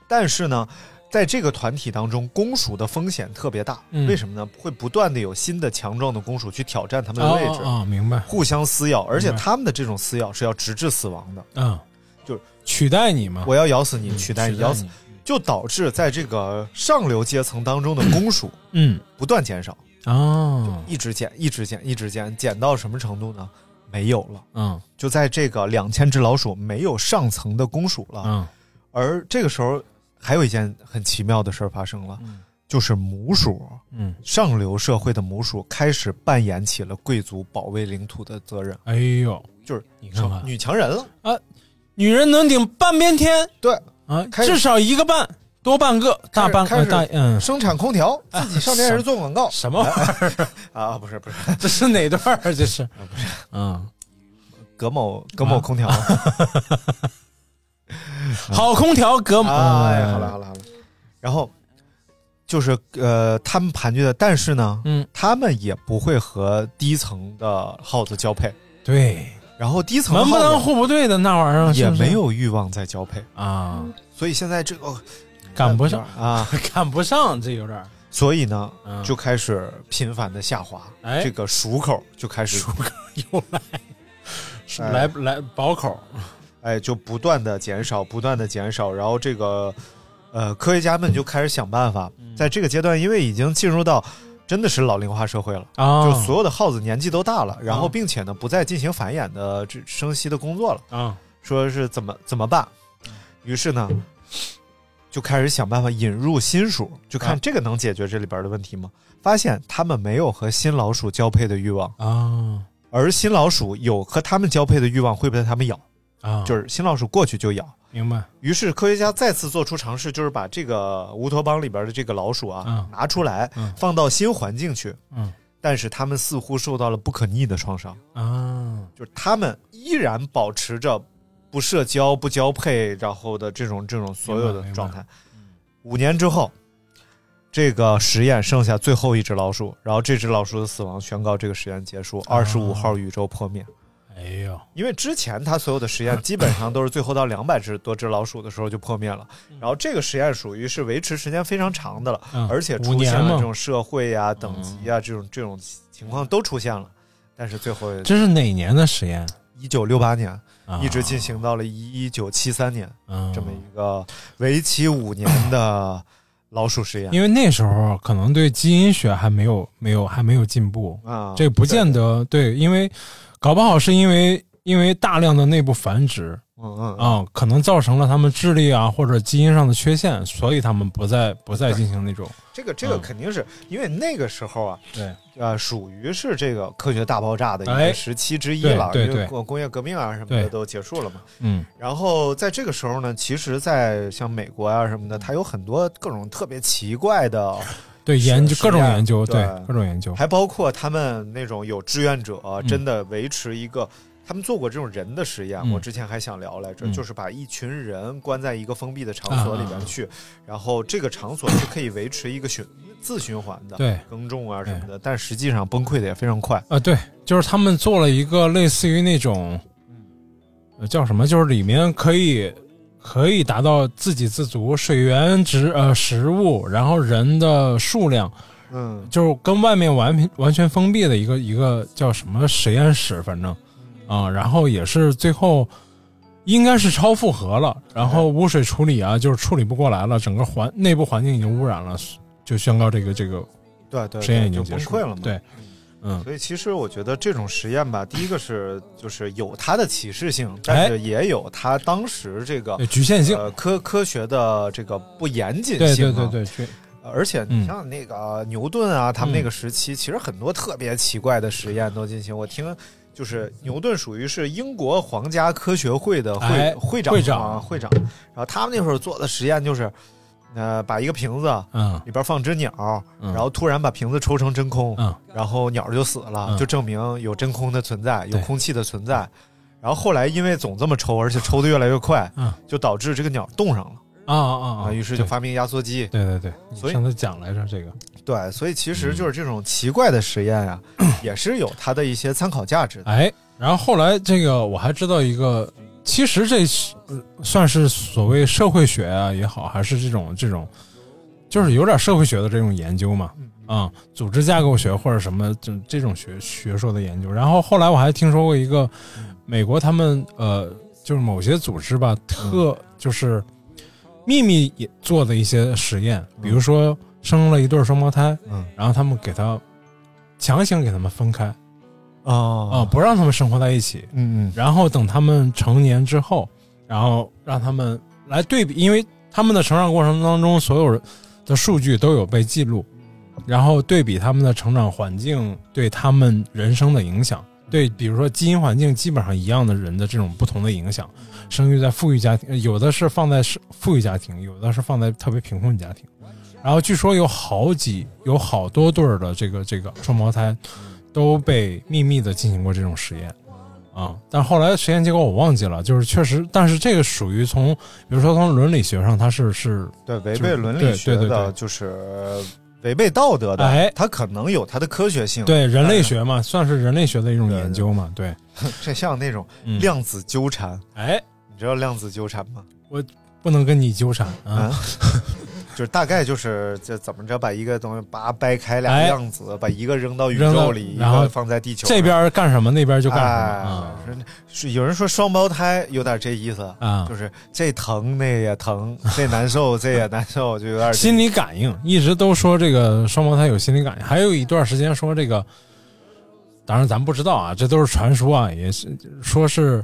Speaker 9: 但是呢。在这个团体当中，公鼠的风险特别大，
Speaker 10: 嗯
Speaker 9: 为什么呢？会不断的有新的强壮的公鼠去挑战他们的位置，
Speaker 10: 啊，哦明白，
Speaker 9: 互相撕咬，而且
Speaker 10: 明白
Speaker 9: 他们的这种撕咬是要直至死亡的。
Speaker 10: 嗯，
Speaker 9: 就是
Speaker 10: 取代你嘛，
Speaker 9: 我要咬死你，
Speaker 10: 嗯
Speaker 9: 取代你，咬死，，就导致在这个上流阶层当中的公鼠
Speaker 10: 嗯
Speaker 9: 不断减少，
Speaker 10: 哦，
Speaker 9: 一直减，一直减，一直减，减到什么程度呢？没有了。
Speaker 10: 嗯
Speaker 9: 就在这个两千只老鼠没有上层的公鼠了，
Speaker 10: 嗯
Speaker 9: 而这个时候还有一件很奇妙的事儿发生了，
Speaker 10: 嗯
Speaker 9: 就是母鼠，
Speaker 10: 嗯，
Speaker 9: 上流社会的母鼠开始扮演起了贵族保卫领土的责任，
Speaker 10: 哎呦，
Speaker 9: 就是
Speaker 10: 你看看
Speaker 9: 女强人了。
Speaker 10: 女人能顶半边天
Speaker 9: 对，
Speaker 10: 啊，
Speaker 9: 开始
Speaker 10: 至少一个半，多半个，大半
Speaker 9: 开始
Speaker 10: 呃大嗯，
Speaker 9: 生产空调， 自己上电视做广告
Speaker 10: 什么玩意 儿？
Speaker 9: 啊？不是不是，
Speaker 10: 这是哪段儿？这是
Speaker 9: 啊
Speaker 10: 嗯，
Speaker 9: 葛某葛某
Speaker 10: 啊
Speaker 9: 空调。
Speaker 10: 好空调隔
Speaker 9: 嗯哎，好了，好了好了。然后就是呃，他们盘踞的，但是呢，
Speaker 10: 嗯，
Speaker 9: 他们也不会和低层的耗子交配，
Speaker 10: 对，
Speaker 9: 然后低层的
Speaker 10: 门不当
Speaker 9: 耗子
Speaker 10: 户不对的那玩意儿
Speaker 9: 也
Speaker 10: 是不是
Speaker 9: 没有欲望再交配，
Speaker 10: 啊，
Speaker 9: 所以现在这个
Speaker 10: 赶不上，
Speaker 9: 啊，
Speaker 10: 赶不上，这有点儿
Speaker 9: 所以呢
Speaker 10: 嗯，
Speaker 9: 就开始频繁的下滑，
Speaker 10: 哎
Speaker 9: 这个鼠口就开始
Speaker 10: 鼠口又来。来来，薄口
Speaker 9: 哎，就不断的减少，不断的减少，然后这个呃，科学家们就开始想办法，
Speaker 10: 嗯
Speaker 9: 在这个阶段，因为已经进入到真的是老龄化社会了。
Speaker 10: 啊，
Speaker 9: 就所有的耗子年纪都大了，然后
Speaker 10: 啊
Speaker 9: 并且呢不再进行繁衍的这生息的工作了，
Speaker 10: 啊，
Speaker 9: 说是怎么怎么办？于是呢，就开始想办法引入新鼠，就看
Speaker 10: 啊
Speaker 9: 这个能解决这里边的问题吗？发现它们没有和新老鼠交配的欲望，
Speaker 10: 啊
Speaker 9: 而新老鼠有和它们交配的欲望，会被它们咬，
Speaker 10: 啊，
Speaker 9: 就是新老鼠过去就咬。
Speaker 10: 明白啊
Speaker 9: 于是科学家再次做出尝试，就是把这个乌托邦里边的这个老鼠啊、
Speaker 10: 嗯
Speaker 9: 拿出来，
Speaker 10: 嗯
Speaker 9: 放到新环境去。
Speaker 10: 嗯，
Speaker 9: 但是它们似乎受到了不可逆的创伤，
Speaker 10: 啊，
Speaker 9: 就是它们依然保持着不社交、不交配，然后的这种这种所有
Speaker 10: 明白
Speaker 9: 的
Speaker 10: 明白
Speaker 9: 状态。五年之后，这个实验剩下最后一只老鼠，然后这只老鼠的死亡宣告这个实验结束，二十
Speaker 10: 啊
Speaker 9: 五号宇宙破灭。
Speaker 10: 哎呦，
Speaker 9: 因为之前它所有的实验基本上都是最后到两百只多只老鼠的时候就破灭了，然后这个实验属于是维持时间非常长的了，
Speaker 10: 嗯
Speaker 9: 而且
Speaker 10: 五
Speaker 9: 出
Speaker 10: 年
Speaker 9: 现了
Speaker 10: 嘛嗯
Speaker 9: 这种社会呀、等级呀、这种这种情况都出现了，但是最后
Speaker 10: 这是哪年的实验？
Speaker 9: 一九六八年
Speaker 10: 啊
Speaker 9: 一直进行到了一九七三年
Speaker 10: 嗯
Speaker 9: 这么一个为期五年的老鼠实验
Speaker 10: 因为那时候可能对基因学还没有没有还没有进步，
Speaker 9: 啊，
Speaker 10: 这不见
Speaker 9: 对
Speaker 10: 得对，因为搞不好是因为因为大量的内部繁殖
Speaker 9: 嗯嗯
Speaker 10: 啊、可能造成了他们智力啊或者基因上的缺陷，所以他们不再不再进行那种
Speaker 9: 这个这个
Speaker 10: 嗯
Speaker 9: 肯定是因为那个时候啊，
Speaker 10: 对
Speaker 9: 呃，属于是这个科学大爆炸的一
Speaker 10: 哎
Speaker 9: 个时期之一了，
Speaker 10: 对
Speaker 9: 因为
Speaker 10: 对
Speaker 9: 工工业革命啊什么的
Speaker 10: 对
Speaker 9: 都结束了嘛。
Speaker 10: 嗯
Speaker 9: 然后在这个时候呢，其实，在像美国啊什么的，它有很多各种特别奇怪的，
Speaker 10: 对
Speaker 9: 是
Speaker 10: 研究
Speaker 9: 实
Speaker 10: 各种
Speaker 9: 验
Speaker 10: 研究
Speaker 9: 对
Speaker 10: 各种研究
Speaker 9: 还包括他们那种有志愿者、真的维持一个。他们做过这种人的实验，
Speaker 10: 嗯
Speaker 9: 我之前还想聊来着，
Speaker 10: 嗯啊
Speaker 9: 就是把一群人关在一个封闭的场所里边去，然后这个场所是可以维持一个循自循环的，
Speaker 10: 对
Speaker 9: 耕种啊什么的，但实际上崩溃的也非常快。
Speaker 10: 啊对，就是他们做了一个类似于那种
Speaker 9: 嗯
Speaker 10: 呃叫什么，就是里面可以。可以达到自给自足，水源植呃食物，然后人的数量，
Speaker 9: 嗯，
Speaker 10: 就是跟外面完全完全封闭的一个一个叫什么实验室，反正
Speaker 9: 嗯
Speaker 10: 啊，然后也是最后应该是超负荷了，然后
Speaker 9: 哎
Speaker 10: 污水处理啊，就是处理不过来了，整个环内部环境已经污染了，就宣告这个这个
Speaker 9: 对对，
Speaker 10: 实验
Speaker 9: 对
Speaker 10: 已经
Speaker 9: 就
Speaker 10: 结
Speaker 9: 崩
Speaker 10: 束
Speaker 9: 溃了嘛。
Speaker 10: 对，嗯，
Speaker 9: 所以其实我觉得这种实验吧，第一个是就是有它的启示性，但是也有它当时这个
Speaker 10: 哎对局限性，
Speaker 9: 呃科科学的这个不严谨
Speaker 10: 对
Speaker 9: 性、
Speaker 10: 对
Speaker 9: 啊。
Speaker 10: 对对对，
Speaker 9: 而且
Speaker 10: 嗯
Speaker 9: 你像那个牛顿啊，他们那个时期，其实很多特别奇怪的实验都进行。我听就是牛顿属于是英国皇家科学会的会、
Speaker 10: 哎
Speaker 9: 会长
Speaker 10: 会
Speaker 9: 会
Speaker 10: 长
Speaker 9: 会长，然后他们那会儿做的实验就是，呃，把一个瓶子
Speaker 10: 嗯
Speaker 9: 里边放只鸟，
Speaker 10: 嗯
Speaker 9: 然后突然把瓶子抽成真空，
Speaker 10: 嗯
Speaker 9: 然后鸟儿就死了，
Speaker 10: 嗯
Speaker 9: 就证明有真空的存在，有
Speaker 10: 对
Speaker 9: 空气的存在。然后后来因为总这么抽，而且抽的越来越快，
Speaker 10: 嗯
Speaker 9: 就导致这个鸟冻上了
Speaker 10: 啊啊啊，
Speaker 9: 于是就
Speaker 10: 对
Speaker 9: 发明压缩机。
Speaker 10: 对对对，你
Speaker 9: 所以
Speaker 10: 上次讲来着这个，
Speaker 9: 对，所以其实就是这种奇怪的实验 呀、啊，也是有它的一些参考价值的。
Speaker 10: 哎，然后后来这个我还知道一个，其实这是呃算是所谓社会学啊也好，还是这种这种，就是有点社会学的这种研究嘛，啊、组织架构学或者什么这这种学学说的研究。然后后来我还听说过一个美国他们呃，就是某些组织吧，特就是秘密也做的一些实验，比如说生了一对双胞胎，
Speaker 9: 嗯
Speaker 10: 然后他们给他强行给他们分开。啊、
Speaker 9: 哦
Speaker 10: 不让他们生活在一起，
Speaker 9: 嗯
Speaker 10: 然后等他们成年之后，然后让他们来对比，因为他们的成长过程当中所有人的数据都有被记录，然后对比他们的成长环境对他们人生的影响，对，比如说基因环境基本上一样的人的这种不同的影响，生育在富裕家庭，有的是放在是富裕家庭，有的是放在特别贫困家庭。然后据说有好几有好多对儿的这个这个双胞胎，都被秘密的进行过这种实验，啊、但后来实验结果我忘记了，就是确实，但是这个属于从，比如说从伦理学上，它是是
Speaker 9: 嗯，对，违
Speaker 10: 就
Speaker 9: 背
Speaker 10: 是
Speaker 9: 伦
Speaker 10: 对
Speaker 9: 理
Speaker 10: 对
Speaker 9: 学
Speaker 10: 对
Speaker 9: 的
Speaker 10: 对
Speaker 9: 就是违背道德的，
Speaker 10: 哎
Speaker 9: 它可能有它的科学性。，
Speaker 10: 对人类学嘛，算是人类学的一种研究嘛，嗯对，
Speaker 9: 这像那种
Speaker 10: 嗯
Speaker 9: 量子纠缠，
Speaker 10: 哎，
Speaker 9: 你知道量子纠缠吗？
Speaker 10: 啊 不能跟你纠缠啊，
Speaker 9: 嗯就是大概就是这怎么着把一个东西把它掰开俩
Speaker 10: 哎
Speaker 9: 样子，把一个扔到宇
Speaker 10: 扔到
Speaker 9: 宙里，一
Speaker 10: 然后
Speaker 9: 个放在地球上
Speaker 10: 这边干什么，那边就干什
Speaker 9: 哎
Speaker 10: 么啊。
Speaker 9: 是有人说双胞胎有点这意思
Speaker 10: 啊
Speaker 9: 就是这疼那也疼，这难受这也难受，就有点这
Speaker 10: 心理感应，一直都说这个双胞胎有心理感应，还有一段时间说这个，当然咱不知道啊，这都是传说啊，也是说是，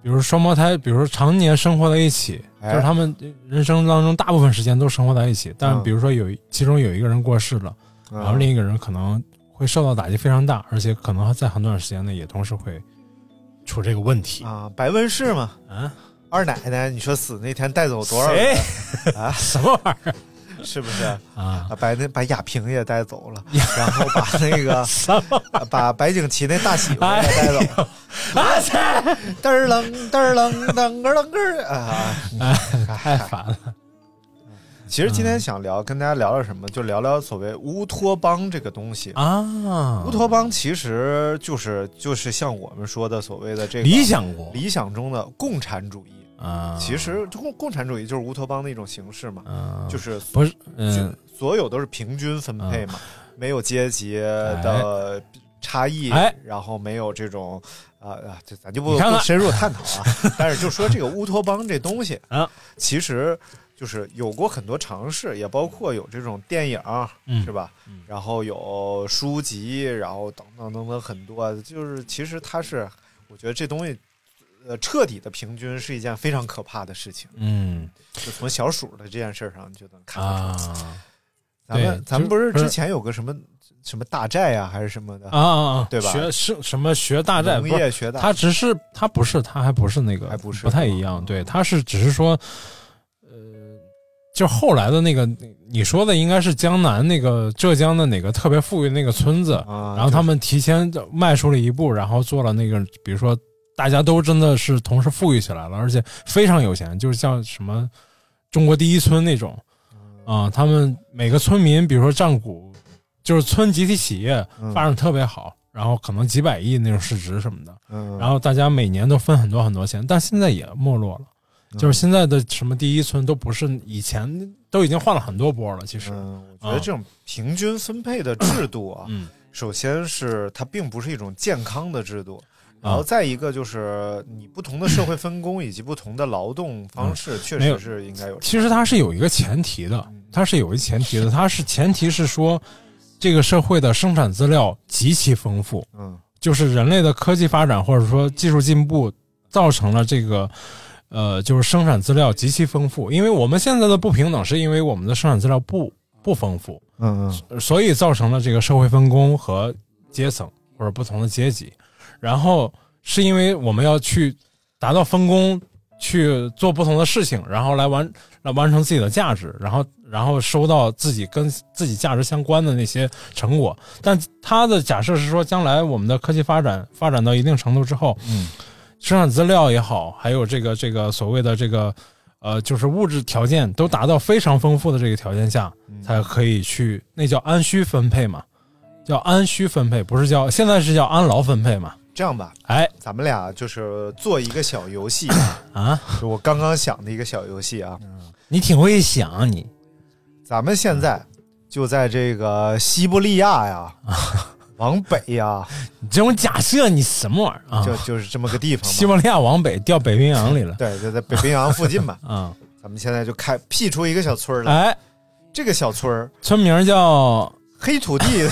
Speaker 10: 比如双胞胎，比如说常年生活在一起，
Speaker 9: 哎
Speaker 10: 就是他们人生当中大部分时间都生活在一起，但
Speaker 9: 嗯
Speaker 10: 比如说有一其中有一个人过世了，然后
Speaker 9: 嗯
Speaker 10: 另一个人可能会受到打击非常大，而且可能在很短时间内也同时会出这个问题
Speaker 9: 啊白温室嘛，
Speaker 10: 啊，
Speaker 9: 二奶奶你说死那天带走多少人
Speaker 10: 谁
Speaker 9: 啊？
Speaker 10: 什么玩意
Speaker 9: 是不是？
Speaker 10: 儿啊？
Speaker 9: 啊，把那把亚萍也带走了，然后把那个
Speaker 10: 什么？
Speaker 9: 啊把白景琦那大媳妇
Speaker 10: 哎
Speaker 9: 儿也带走了，
Speaker 10: 啊切！
Speaker 9: 嘚儿楞嘚儿楞噔个楞个儿啊！
Speaker 10: 哎，太烦了。
Speaker 9: 其实
Speaker 10: 嗯
Speaker 9: 今天想聊跟大家聊聊什么，就聊聊所谓乌托邦这个东西。
Speaker 10: 啊，
Speaker 9: 乌托邦其实就是就是像我们说的所谓的这个
Speaker 10: 理想国
Speaker 9: 理想中的共产主义，
Speaker 10: 啊，
Speaker 9: 其实共共产主义就是乌托邦的一种形式嘛，
Speaker 10: 啊，
Speaker 9: 就是是
Speaker 10: 不是嗯
Speaker 9: 就，所有都是平均分配嘛，没有阶级的差异，
Speaker 10: 哎
Speaker 9: 然后没有这种啊啊，这咱就不
Speaker 10: 你看看
Speaker 9: 不深入探讨啊。 但是就说这个乌托邦这东 西
Speaker 10: 啊，
Speaker 9: 其实就是有过很多尝试，也包括有这种电影，
Speaker 10: 嗯
Speaker 9: 是吧？然后有书籍，然后等等等等很多，就是其实它是，我觉得这东西。呃，彻底的平均是一件非常可怕的事情，
Speaker 10: 嗯
Speaker 9: 就从小鼠的这件事儿上你就能看得出来。
Speaker 10: 啊
Speaker 9: 咱
Speaker 10: 对
Speaker 9: 们咱们
Speaker 10: 就
Speaker 9: 不
Speaker 10: 是
Speaker 9: 是之前有个什么什么大寨啊，还是什么的
Speaker 10: 啊，啊，
Speaker 9: 对吧
Speaker 10: 学是什么学大战？
Speaker 9: 农
Speaker 10: 不是
Speaker 9: 业学大
Speaker 10: 他只是他不是他还不是那个，
Speaker 9: 还不是
Speaker 10: 太一样。
Speaker 9: 嗯
Speaker 10: 对，他是只是说，呃，就后来的那个，你说的应该是江南那个浙江的哪个特别富裕那个村子，
Speaker 9: 啊，
Speaker 10: 然后他们提前迈出了一步，然后做了那个，比如说大家都真的是同时富裕起来了，而且非常有钱，就是像什么中国第一村那种
Speaker 9: 嗯
Speaker 10: 啊、他们每个村民，比如说占股，就是村集体企业
Speaker 9: 嗯
Speaker 10: 发展特别好，然后可能几百亿那种市值什么的，
Speaker 9: 嗯，
Speaker 10: 然后大家每年都分很多很多钱，但现在也没落了。
Speaker 9: 嗯
Speaker 10: 就是现在的什么第一村都不是以前都已经换了很多波了，其实，
Speaker 9: 嗯，我觉得这种平均分配的制度啊，
Speaker 10: 嗯
Speaker 9: 首先是它并不是一种健康的制度。然
Speaker 10: 啊
Speaker 9: 后再一个就是你不同的社会分工以及不同的劳动方式，确
Speaker 10: 嗯没有
Speaker 9: 实是应该有嗯
Speaker 10: 其实它是有一个前提的，它是有一个前提的，它是前提是说，这个社会的生产资料极其丰富，
Speaker 9: 嗯
Speaker 10: 就是人类的科技发展或者说技术进步造成了这个，呃，就是生产资料极其丰富。因为我们现在的不平等，是因为我们的生产资料不不丰富，
Speaker 9: 嗯嗯
Speaker 10: 所以造成了这个社会分工和阶层或者不同的阶级。然后是因为我们要去达到分工，去做不同的事情，然后来完来完成自己的价值，然后然后收到自己跟自己价值相关的那些成果。但他的假设是说，将来我们的科技发展发展到一定程度之后，
Speaker 9: 嗯，
Speaker 10: 生产资料也好，还有这个这个所谓的这个。呃，就是物质条件都达到非常丰富的这个条件下，才可以去，那叫按需分配嘛，叫按需分配，不是叫现在是叫按劳分配嘛？
Speaker 9: 这样吧，
Speaker 10: 哎
Speaker 9: 咱们俩就是做一个小游戏啊，
Speaker 10: 啊，
Speaker 9: 是我刚刚想的一个小游戏啊。
Speaker 10: 你挺会想啊你
Speaker 9: 咱们现
Speaker 10: 嗯
Speaker 9: 在就在这个西伯利亚 呀，往北呀，
Speaker 10: 你这种假设你什么玩意儿啊？
Speaker 9: 就就是这么个地方
Speaker 10: 西
Speaker 9: 嘛。
Speaker 10: 伯利亚往北掉北冰洋里了。
Speaker 9: 对，就在北冰洋附近嘛
Speaker 10: 啊！
Speaker 9: 咱们现在就开辟出一个小村儿来，
Speaker 10: 哎，
Speaker 9: 这个小村儿
Speaker 10: 村名叫
Speaker 9: 黑土 地。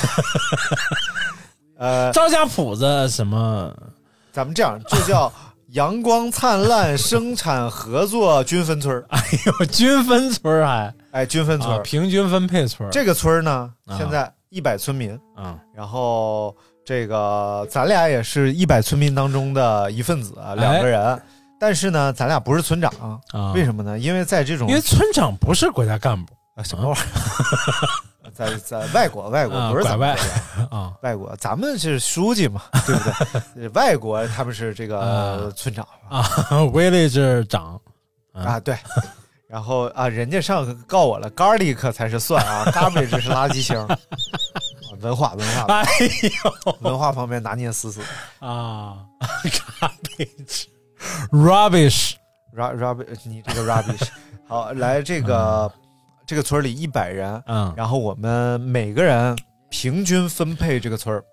Speaker 9: 呃，
Speaker 10: 赵家铺子什么？
Speaker 9: 咱们这样就叫阳光灿烂生产合作均分村儿。
Speaker 10: 哎呦，均分村儿还
Speaker 9: 哎，均分村
Speaker 10: 啊，
Speaker 9: 儿，
Speaker 10: 平均分配村儿
Speaker 9: 这个村儿呢，
Speaker 10: 啊
Speaker 9: 现在一百村民，
Speaker 10: 啊
Speaker 9: 然后这个咱俩也是一百村民当中的一份子，两个人。但是呢，咱俩不是村长，
Speaker 10: 哎啊，
Speaker 9: 为
Speaker 10: 么？
Speaker 9: 什么呢？因为在这种
Speaker 10: 因为村长不是国家干部
Speaker 9: 啊什么玩意儿，在在外国外国
Speaker 10: 啊
Speaker 9: 不是咱们
Speaker 10: 拐啊
Speaker 9: 外国，咱们是书记嘛，对不 对？外国他们是这个
Speaker 10: 啊
Speaker 9: 村长
Speaker 10: 啊 ，village 长
Speaker 9: 啊，对。然后啊，人家上次告我了，garlic 才是蒜啊，garbage 是垃圾星。 啊文化文化
Speaker 10: 哎
Speaker 9: 文化方面拿捏死死
Speaker 10: 啊，garbage，rubbish，
Speaker 9: 呃 ，rub rub，你这个 rubbish。好，来这个这个村儿里一百人，
Speaker 10: 嗯
Speaker 9: 然后我们每个人平均分配这个村儿，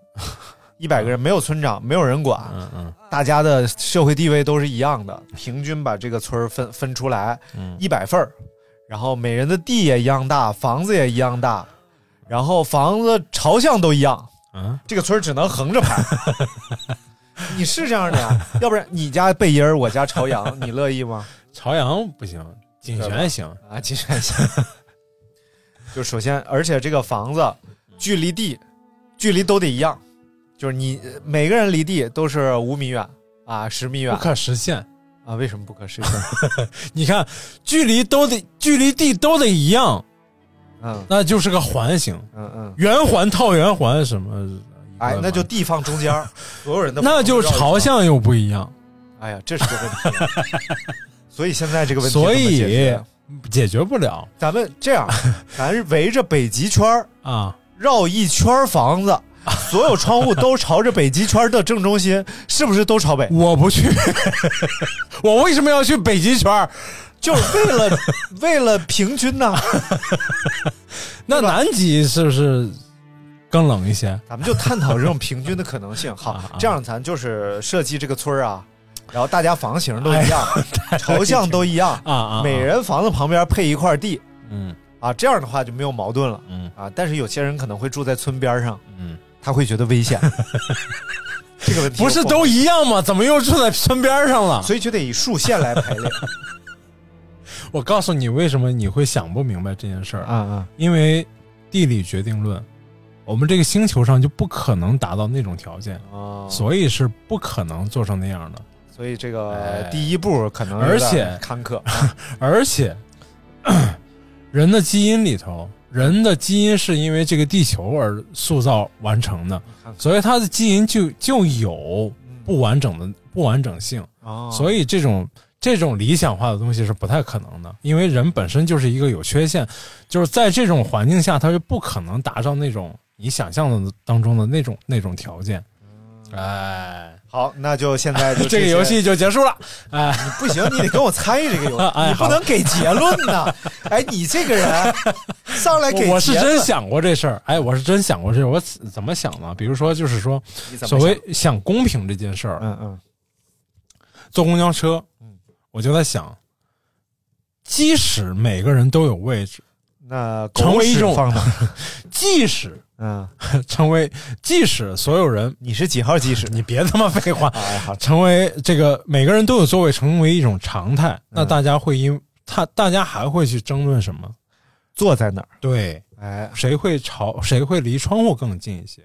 Speaker 9: 一百个人没有村长，没有人管，
Speaker 10: 嗯嗯
Speaker 9: 大家的社会地位都是一样的，平均把这个村儿分分出来
Speaker 10: 嗯，
Speaker 9: 一百份儿，然后每人的地也一样大，房子也一样大，然后房子朝向都一样，
Speaker 10: 嗯，
Speaker 9: 这个村儿只能横着 排。你是这样的呀？要不然你家背阴儿，我家朝阳，你乐意吗？
Speaker 10: 朝阳不行，景
Speaker 9: 对吧
Speaker 10: 泉行，
Speaker 9: 啊，其实还行。就首先，而且这个房子距离地距离都得一样，就是你呃每个人离地都是五米远啊，十米
Speaker 10: 不
Speaker 9: 远
Speaker 10: 可实现。
Speaker 9: 啊，为什么不可实现？
Speaker 10: 你看，距离都得距离地都得一样，
Speaker 9: 嗯
Speaker 10: 那就是个环形，
Speaker 9: 嗯 嗯，
Speaker 10: 圆环套圆环什么？
Speaker 9: 哎，那就地放中间儿，所有人的
Speaker 10: 那就
Speaker 9: 房子绕一圈
Speaker 10: 朝。向又不一样，
Speaker 9: 哎呀，这是个问题。啊所以现在这个问题
Speaker 10: 所
Speaker 9: 怎么解
Speaker 10: 以
Speaker 9: 决啊
Speaker 10: 解决不了
Speaker 9: 咱们这样，咱围着北极圈儿
Speaker 10: 啊。
Speaker 9: 绕一圈儿房子，所有窗户都朝着北极圈儿的正中心，是不是都朝北？
Speaker 10: 我不去，我为什么要去北极圈儿？
Speaker 9: 就是为了 为了平均呢，
Speaker 10: 那南极是不是更冷一些？
Speaker 9: 咱们就探讨这种平均的可能性。好
Speaker 10: 啊，
Speaker 9: 这样咱就是设计这个村儿啊，然后大家房型都一样，
Speaker 10: 哎
Speaker 9: 朝向都一样，
Speaker 10: 啊啊！啊
Speaker 9: 每人房子旁边配一块地
Speaker 10: 嗯
Speaker 9: 啊，这样的话就没有矛盾了
Speaker 10: 嗯
Speaker 9: 啊。但是有些人可能会住在村边上，
Speaker 10: 嗯，
Speaker 9: 他会觉得危 险。这个问题
Speaker 10: 不是
Speaker 9: 我
Speaker 10: 都一样吗？怎么又住在村边上了？
Speaker 9: 所以就得以竖线来 排列
Speaker 10: 我告诉你，为什么你会想不明白这件事儿
Speaker 9: 啊？啊
Speaker 10: 因为地理决定论，我们这个星球上就不可能达到那种条件，
Speaker 9: 哦
Speaker 10: 所以是不可能做成那样的。
Speaker 9: 所以这个
Speaker 10: 哎
Speaker 9: 第一步可能有
Speaker 10: 而
Speaker 9: 点
Speaker 10: 且
Speaker 9: 坎坷，
Speaker 10: 而且， 人的基因里头，人的基因是因为这个地球而塑造完成的，所以它的基因就就有不完整的不完整性，
Speaker 9: 哦
Speaker 10: 所以这种。这种理想化的东西是不太可能的，因为人本身就是一个有缺陷，就是在这种环境下，他就不可能达到那种你想象的当中的那种那种条件。哎，
Speaker 9: 好，那就现在嗯就
Speaker 10: 这个
Speaker 9: 些
Speaker 10: 游戏就结束了。哎，
Speaker 9: 不行，你得跟我参与这个游戏，
Speaker 10: 哎
Speaker 9: 你不能给结论呐！哎，你这个人上哎来给结论
Speaker 10: 我是真，想过这事儿，哎，我是真想过这事儿。我怎怎么想呢？比如说，就是说，
Speaker 9: 你怎么
Speaker 10: 所谓想公平这件事
Speaker 9: 想
Speaker 10: 儿，
Speaker 9: 嗯嗯
Speaker 10: 坐公交车，我就在想，即使每个人都有位置，
Speaker 9: 那狗
Speaker 10: 成为一种
Speaker 9: 屎放哪儿？
Speaker 10: 即使
Speaker 9: 嗯，
Speaker 10: 成为，即使所有人，
Speaker 9: 你是几号鸡 屎？
Speaker 10: 你别他妈废话，
Speaker 9: 哎好，
Speaker 10: 成为这个每个人都有座位，成为一种常态，那大家会因他，大家还会去争论什么？
Speaker 9: 坐在哪儿？
Speaker 10: 对，
Speaker 9: 哎，
Speaker 10: 谁会朝谁会离窗户更近一些。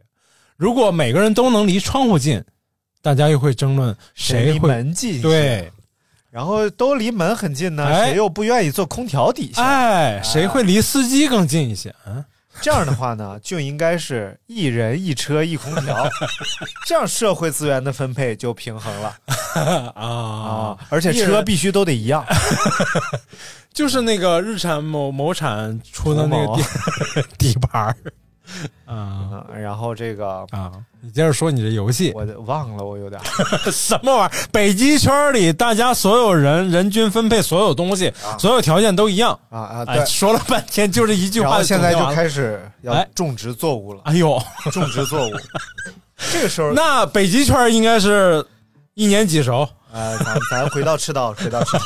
Speaker 10: 如果每个人都能离窗户近，大家又会争论
Speaker 9: 离
Speaker 10: 谁会
Speaker 9: 门近？，
Speaker 10: 对，
Speaker 9: 然后都离门很近呢，
Speaker 10: 哎
Speaker 9: 谁又不愿意坐空调底下？
Speaker 10: 哎，谁会离司机更近一些？嗯，
Speaker 9: 这样的话呢，就应该是一人一车一空调， 这样社会资源的分配就平衡了
Speaker 10: 啊
Speaker 9: 啊！而且
Speaker 10: 一人哎
Speaker 9: 车必须都得一样。
Speaker 10: 就是那个日产某某产出的那个 底底盘儿，啊
Speaker 9: 嗯，然后这个
Speaker 10: 啊！你接着说你这游戏
Speaker 9: 我忘了，我有点儿。
Speaker 10: 什么玩意儿？北极圈里大家所有人人均分配所有东西，所有条件都一样。
Speaker 9: 啊啊，对
Speaker 10: 哎，，说了半天就这一句
Speaker 9: 然
Speaker 10: 话
Speaker 9: 后
Speaker 10: 总结
Speaker 9: 现
Speaker 10: 完了，
Speaker 9: 在就开始要
Speaker 10: 哎
Speaker 9: 种植作物了，
Speaker 10: 哎呦。
Speaker 9: 种植作物。 这个时候，
Speaker 10: 那北极圈应该是一年几熟？
Speaker 9: 呃，咱咱回到赤道，回到赤道，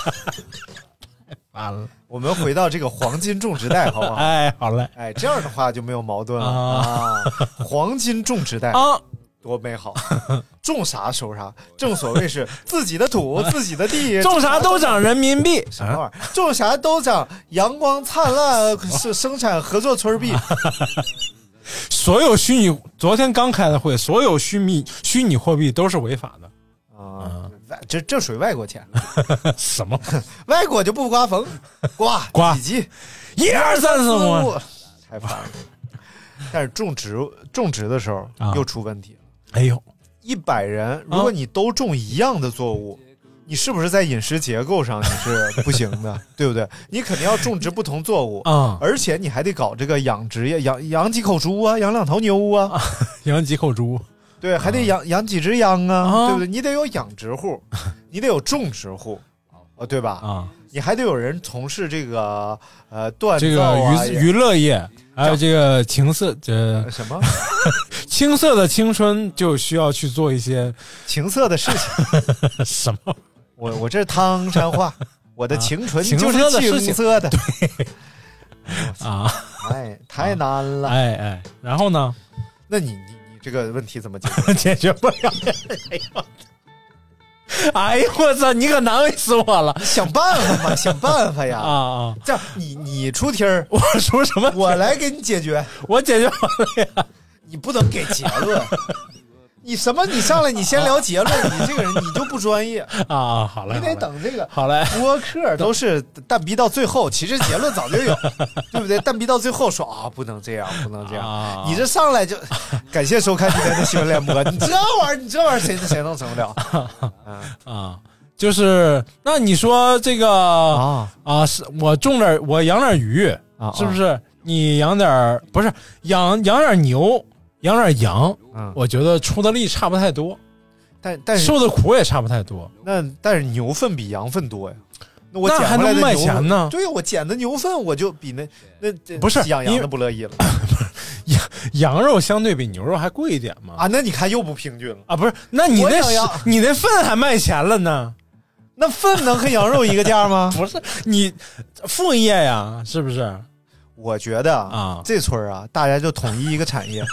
Speaker 10: 完了，
Speaker 9: 我们回到这个黄金种植带，好不好？
Speaker 10: 哎，好嘞
Speaker 9: 哎，这样的话就没有矛盾了
Speaker 10: 啊
Speaker 9: 啊！黄金种植带
Speaker 10: 啊！
Speaker 9: 多美好，种啥收啥，正所谓是自己的土，自己的地，
Speaker 10: 种啥都长人民币，
Speaker 9: 什么玩意儿？种啥都长阳光灿烂，
Speaker 10: 啊
Speaker 9: 是生产合作村儿币。
Speaker 10: 所有虚拟，昨天刚开的会，所有虚拟虚拟货币都是违法的。
Speaker 9: 啊，这这属于外国钱，
Speaker 10: 什么？
Speaker 9: 外国就不刮风，刮
Speaker 10: 刮
Speaker 9: 几级
Speaker 10: 一二三四五，，
Speaker 9: 太烦了。但是种植种植的时候
Speaker 10: 啊
Speaker 9: 又出问题了，
Speaker 10: 哎呦，
Speaker 9: 一百人如果你都种一样的作物，你是不是在饮食结构上你 是不行的，对不对？你肯定要种植不同作物。
Speaker 10: 啊，
Speaker 9: 而且你还得搞这个养殖业，养养几口猪啊，养两头牛啊，
Speaker 10: 养几口猪，
Speaker 9: 对，还得养养几只羊啊，
Speaker 10: 啊
Speaker 9: 对不对？你得有养殖户，你得有种植户，呃，对吧？
Speaker 10: 啊，
Speaker 9: 你还得有人从事这个呃锻
Speaker 10: 这
Speaker 9: 造
Speaker 10: 个
Speaker 9: 啊
Speaker 10: 娱娱乐业，还有这个情色，这
Speaker 9: 什么
Speaker 10: 青涩的青春就需要去做一些
Speaker 9: 情色的事情。
Speaker 10: 什么？
Speaker 9: 我我这是汤山 话，我的情纯
Speaker 10: 啊情
Speaker 9: 就是
Speaker 10: 色的事
Speaker 9: 情
Speaker 10: 情
Speaker 9: 色的。
Speaker 10: 啊，
Speaker 9: 哎，太难了。
Speaker 10: 哎哎，然后呢？
Speaker 9: 那你你你这个问题怎么解决？
Speaker 10: 解决不了。 哎呦我操！你可难为死我了
Speaker 9: 想办法嘛，想办法呀！
Speaker 10: 啊啊！
Speaker 9: 这样你你出题儿，
Speaker 10: 我说什么？
Speaker 9: 我来给你解决。
Speaker 10: 我解决完了呀！
Speaker 9: 你不能给结 论。你什么？你上来你先聊结论，你这个人你就不专业，
Speaker 10: 啊，好嘞，
Speaker 9: 你得等这个。
Speaker 10: 好嘞。
Speaker 9: 播客都是蛋逼到最后，其实结论早就有， 对不对？蛋逼到最后说啊，不能这样，不能这
Speaker 10: 啊
Speaker 9: 样。你这上来就，感谢收看今天的新闻联播。你这玩意儿，你这玩意儿谁谁能成得了
Speaker 10: 啊，就是那你说这个啊
Speaker 9: 啊？
Speaker 10: 是我种点我养点鱼，
Speaker 9: 啊
Speaker 10: 是不是？你养点儿不是养养点牛，养点羊，
Speaker 9: 嗯
Speaker 10: 我觉得出的力差不太多，
Speaker 9: 但但是
Speaker 10: 受的苦也差不太多。
Speaker 9: 那但是牛粪比羊粪多呀。那我
Speaker 10: 那
Speaker 9: 捡
Speaker 10: 还
Speaker 9: 回来
Speaker 10: 能
Speaker 9: 的
Speaker 10: 卖
Speaker 9: 牛粪
Speaker 10: 钱呢
Speaker 9: 对呀，我捡的牛粪我就比那那这
Speaker 10: 不是
Speaker 9: 养
Speaker 10: 因
Speaker 9: 羊
Speaker 10: 为
Speaker 9: 的不乐意了
Speaker 10: 羊肉相对比牛肉还贵一点嘛？
Speaker 9: 啊！那你看又不平均了。
Speaker 10: 啊，不是，那你
Speaker 9: 我
Speaker 10: 那
Speaker 9: 想
Speaker 10: 是
Speaker 9: 要
Speaker 10: 你那粪还卖钱了呢？
Speaker 9: 那粪能和羊肉一个价 吗？
Speaker 10: 不是你副业呀，是不是？
Speaker 9: 我觉得
Speaker 10: 啊
Speaker 9: 这村儿啊，大家就统一一个产 业，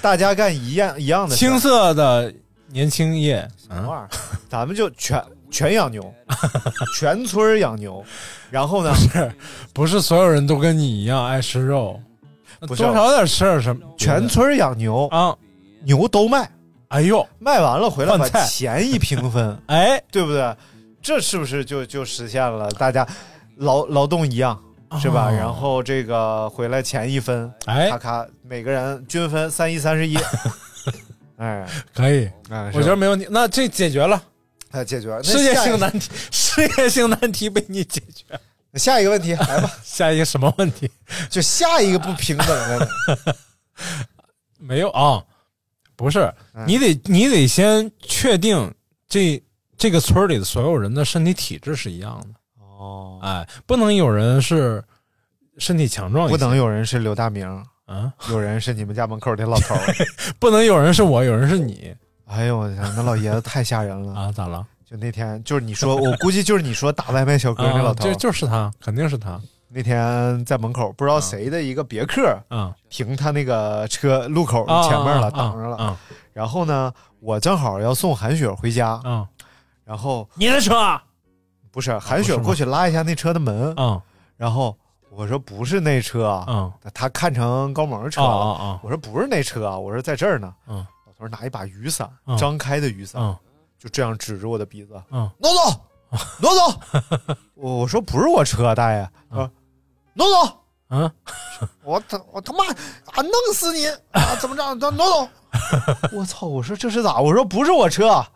Speaker 9: 大家干一样一样的事儿
Speaker 10: 青涩的年轻业，
Speaker 9: 什么玩意儿？咱们就全全养 牛，全村儿养牛，然后呢，
Speaker 10: 不是所有人都跟你一样爱吃肉，
Speaker 9: 不是
Speaker 10: 多少有点事儿什么
Speaker 9: 全村儿养牛，
Speaker 10: 啊！
Speaker 9: 牛都卖，
Speaker 10: 哎呦，
Speaker 9: 卖完了回来把
Speaker 10: 换菜
Speaker 9: 钱一平 分，
Speaker 10: 哎
Speaker 9: 对不对？这是不是就就实现了大家劳劳动一样？是吧？
Speaker 10: 哦
Speaker 9: 然后这个回来钱一分，
Speaker 10: 哎
Speaker 9: 咔，咔，每个人均分三一三十 一，哎，
Speaker 10: 可以，
Speaker 9: 哎
Speaker 10: 我觉得没问题。那这解决了
Speaker 9: 哎，解决了
Speaker 10: 世界性
Speaker 9: 的。
Speaker 10: 难题，世界性难题被你解决。
Speaker 9: 那下一个问题来吧，
Speaker 10: 下一个什么问题？
Speaker 9: 就下一个不平等的，
Speaker 10: 没有啊、不是
Speaker 9: 嗯，
Speaker 10: 你得你得先确定这这个村儿里的所有人的身体体质是一样的。
Speaker 9: 哦，
Speaker 10: 哎，不能有人是身体强壮一
Speaker 9: 不
Speaker 10: 些，
Speaker 9: 能有人是刘大明，
Speaker 10: 啊，
Speaker 9: 有人是你们家门口的老 头儿。
Speaker 10: 不能有人是我，有人是你
Speaker 9: 哎呦我天，那老爷子太吓人了！
Speaker 10: 啊？咋了？
Speaker 9: 就那天，就是你说，我估计就是你说打外卖小哥那老
Speaker 10: 啊，
Speaker 9: 头儿
Speaker 10: 就，啊就是他，肯定是他
Speaker 9: 那天在门口不知道谁的一个别克
Speaker 10: 啊，
Speaker 9: 停他那个车路口
Speaker 10: 啊
Speaker 9: 前面了，
Speaker 10: 啊
Speaker 9: 挡着了。
Speaker 10: 啊
Speaker 9: 然后呢，我正好要送韩雪回家，
Speaker 10: 啊啊！
Speaker 9: 然后
Speaker 10: 你的车啊
Speaker 9: 不是韩雪
Speaker 10: 不是吗
Speaker 9: 过去拉一下那车的门，
Speaker 10: 啊
Speaker 9: 然后我说不是那车啊，
Speaker 10: 啊
Speaker 9: 他看成高萌车
Speaker 10: 啊
Speaker 9: 了。
Speaker 10: 啊
Speaker 9: 我说不是那车啊，我说在这儿呢。
Speaker 10: 嗯
Speaker 9: 老头儿拿一把雨伞，
Speaker 10: 嗯
Speaker 9: 张开的雨伞，
Speaker 10: 啊
Speaker 9: 就这样指着我的鼻子，
Speaker 10: 嗯
Speaker 9: 挪走，挪走。 我我说不是我车，啊大爷。他
Speaker 10: 嗯
Speaker 9: 说挪走，
Speaker 10: 啊！
Speaker 9: 我他我他妈啊弄死你啊怎么着？他挪 走。我操！我说这是咋？我说不是我车。啊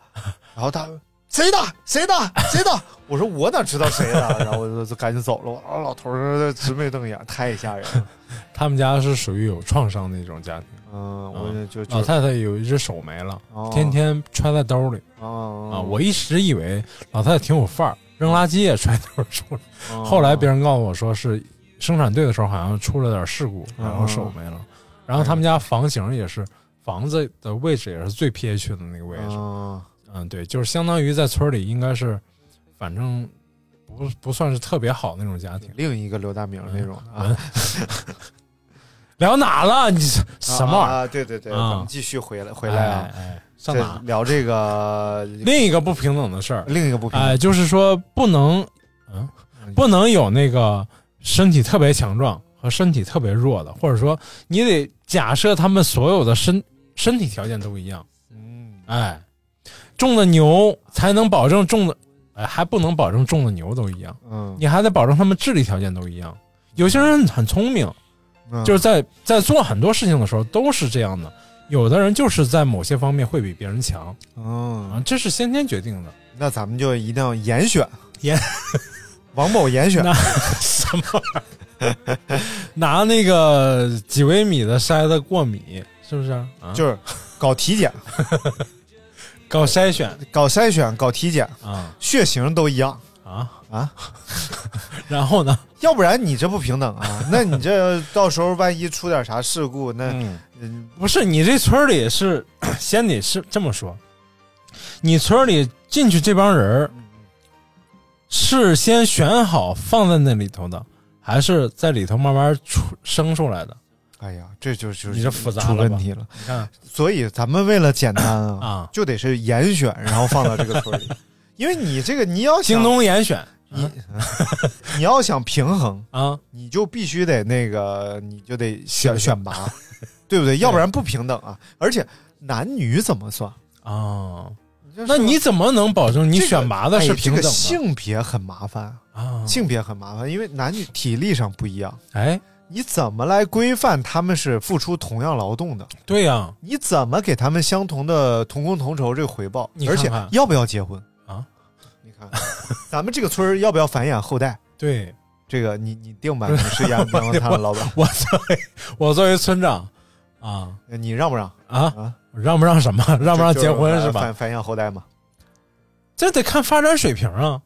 Speaker 9: 然后他谁的谁的谁的？我说我哪知道谁的？啊然后我就就赶紧走了。啊，老头儿直眉瞪眼，太吓人了。
Speaker 10: 他们家是属于有创伤的一种家庭，
Speaker 9: 嗯，我就就
Speaker 10: 老
Speaker 9: 就
Speaker 10: 太太有一只手没了，
Speaker 9: 哦
Speaker 10: 天天揣在兜里
Speaker 9: 啊
Speaker 10: 啊。我一直以为老太太挺有范儿，扔垃圾也揣兜里。 后来别
Speaker 9: 哦
Speaker 10: 人告诉我说是生产队的时候好像出了点事故，然后手没了。然后他们家房型也是房子的位置也是最偏僻的那个位置。
Speaker 9: 啊，
Speaker 10: 嗯，对，就是相当于在村里应该是，反正不不算是特别好那种家庭。
Speaker 9: 另一个刘大明那种的啊，
Speaker 10: 聊哪了？你这什么玩意
Speaker 9: 啊
Speaker 10: 儿？
Speaker 9: 啊？对对对，
Speaker 10: 啊
Speaker 9: 咱们继续回来回来啊
Speaker 10: 哎，哎
Speaker 9: 这
Speaker 10: 上哪？
Speaker 9: 聊这个
Speaker 10: 另一个不平等的事儿，
Speaker 9: 另一个不平
Speaker 10: 哎，就是说不能，嗯，不能有那个身体特别强壮和身体特别弱的，或者说你得假设他们所有的身身体条件都一样，
Speaker 9: 嗯
Speaker 10: 哎，种的牛才能保证种的，哎，还不能保证种的牛都一样，
Speaker 9: 嗯
Speaker 10: 你还得保证他们智力条件都一样。有些人很聪明，
Speaker 9: 嗯，
Speaker 10: 就是在在做很多事情的时候都是这样的，有的人就是在某些方面会比别人强啊
Speaker 9: 嗯，，
Speaker 10: 这是先天决定的。
Speaker 9: 那咱们就一定要严选
Speaker 10: 严
Speaker 9: 王某严选
Speaker 10: 那 什么玩意儿？拿那个几微米的筛子过米，是不是啊？就
Speaker 9: 就是搞体检、
Speaker 10: 搞筛选
Speaker 9: 搞筛选、搞体检，
Speaker 10: 啊
Speaker 9: 血型都一样，
Speaker 10: 啊啊，
Speaker 9: 啊，
Speaker 10: 然后呢？
Speaker 9: 要不然你这不平等 啊？那你这到时候万一出点啥事故，那
Speaker 10: 嗯，
Speaker 9: 嗯
Speaker 10: 不是你这村儿里是 先得是这么说，你村儿里进去这帮人儿是先选好放在那里头的，还是在里头慢慢出生出来的？啊
Speaker 9: 哎呀，这就就是
Speaker 10: 你这复杂
Speaker 9: 出
Speaker 10: 了吧
Speaker 9: 问题了。
Speaker 10: 你看
Speaker 9: 所以咱们为了简单啊，
Speaker 10: 啊
Speaker 9: 就得是严选，然后放到这个村里， 因为你这个你要想
Speaker 10: 京东严选
Speaker 9: 你你要想平衡，
Speaker 10: 啊，
Speaker 9: 你就必须得那个，你就得选选拔， 对不对？要不然不平等啊！而且男女怎么算？
Speaker 10: 哦，
Speaker 9: 这
Speaker 10: 那
Speaker 9: 是
Speaker 10: 你怎么能保证你
Speaker 9: 这个
Speaker 10: 选拔的是
Speaker 9: 哎
Speaker 10: 平等
Speaker 9: 这个
Speaker 10: 的？
Speaker 9: 性别很麻烦，
Speaker 10: 啊，
Speaker 9: 性别很麻烦，因为男女体力上不一样，
Speaker 10: 哎，
Speaker 9: 你怎么来规范他们是付出同样劳动的？
Speaker 10: 对呀、
Speaker 9: 你怎么给他们相同的同工同酬这个回报？
Speaker 10: 你看看
Speaker 9: 而且要不要结婚
Speaker 10: 啊？
Speaker 9: 你看， 咱们这个村儿要不要繁衍后代？
Speaker 10: 对
Speaker 9: 这个你你定吧，你是阳光灿的老 板，
Speaker 10: 我作为我作为村长啊
Speaker 9: 你让不让？
Speaker 10: 啊，
Speaker 9: 啊，
Speaker 10: 让不让什么？让不让结婚
Speaker 9: 就是呃繁
Speaker 10: 吧？
Speaker 9: 繁衍后代嘛，
Speaker 10: 这得看发展水平啊，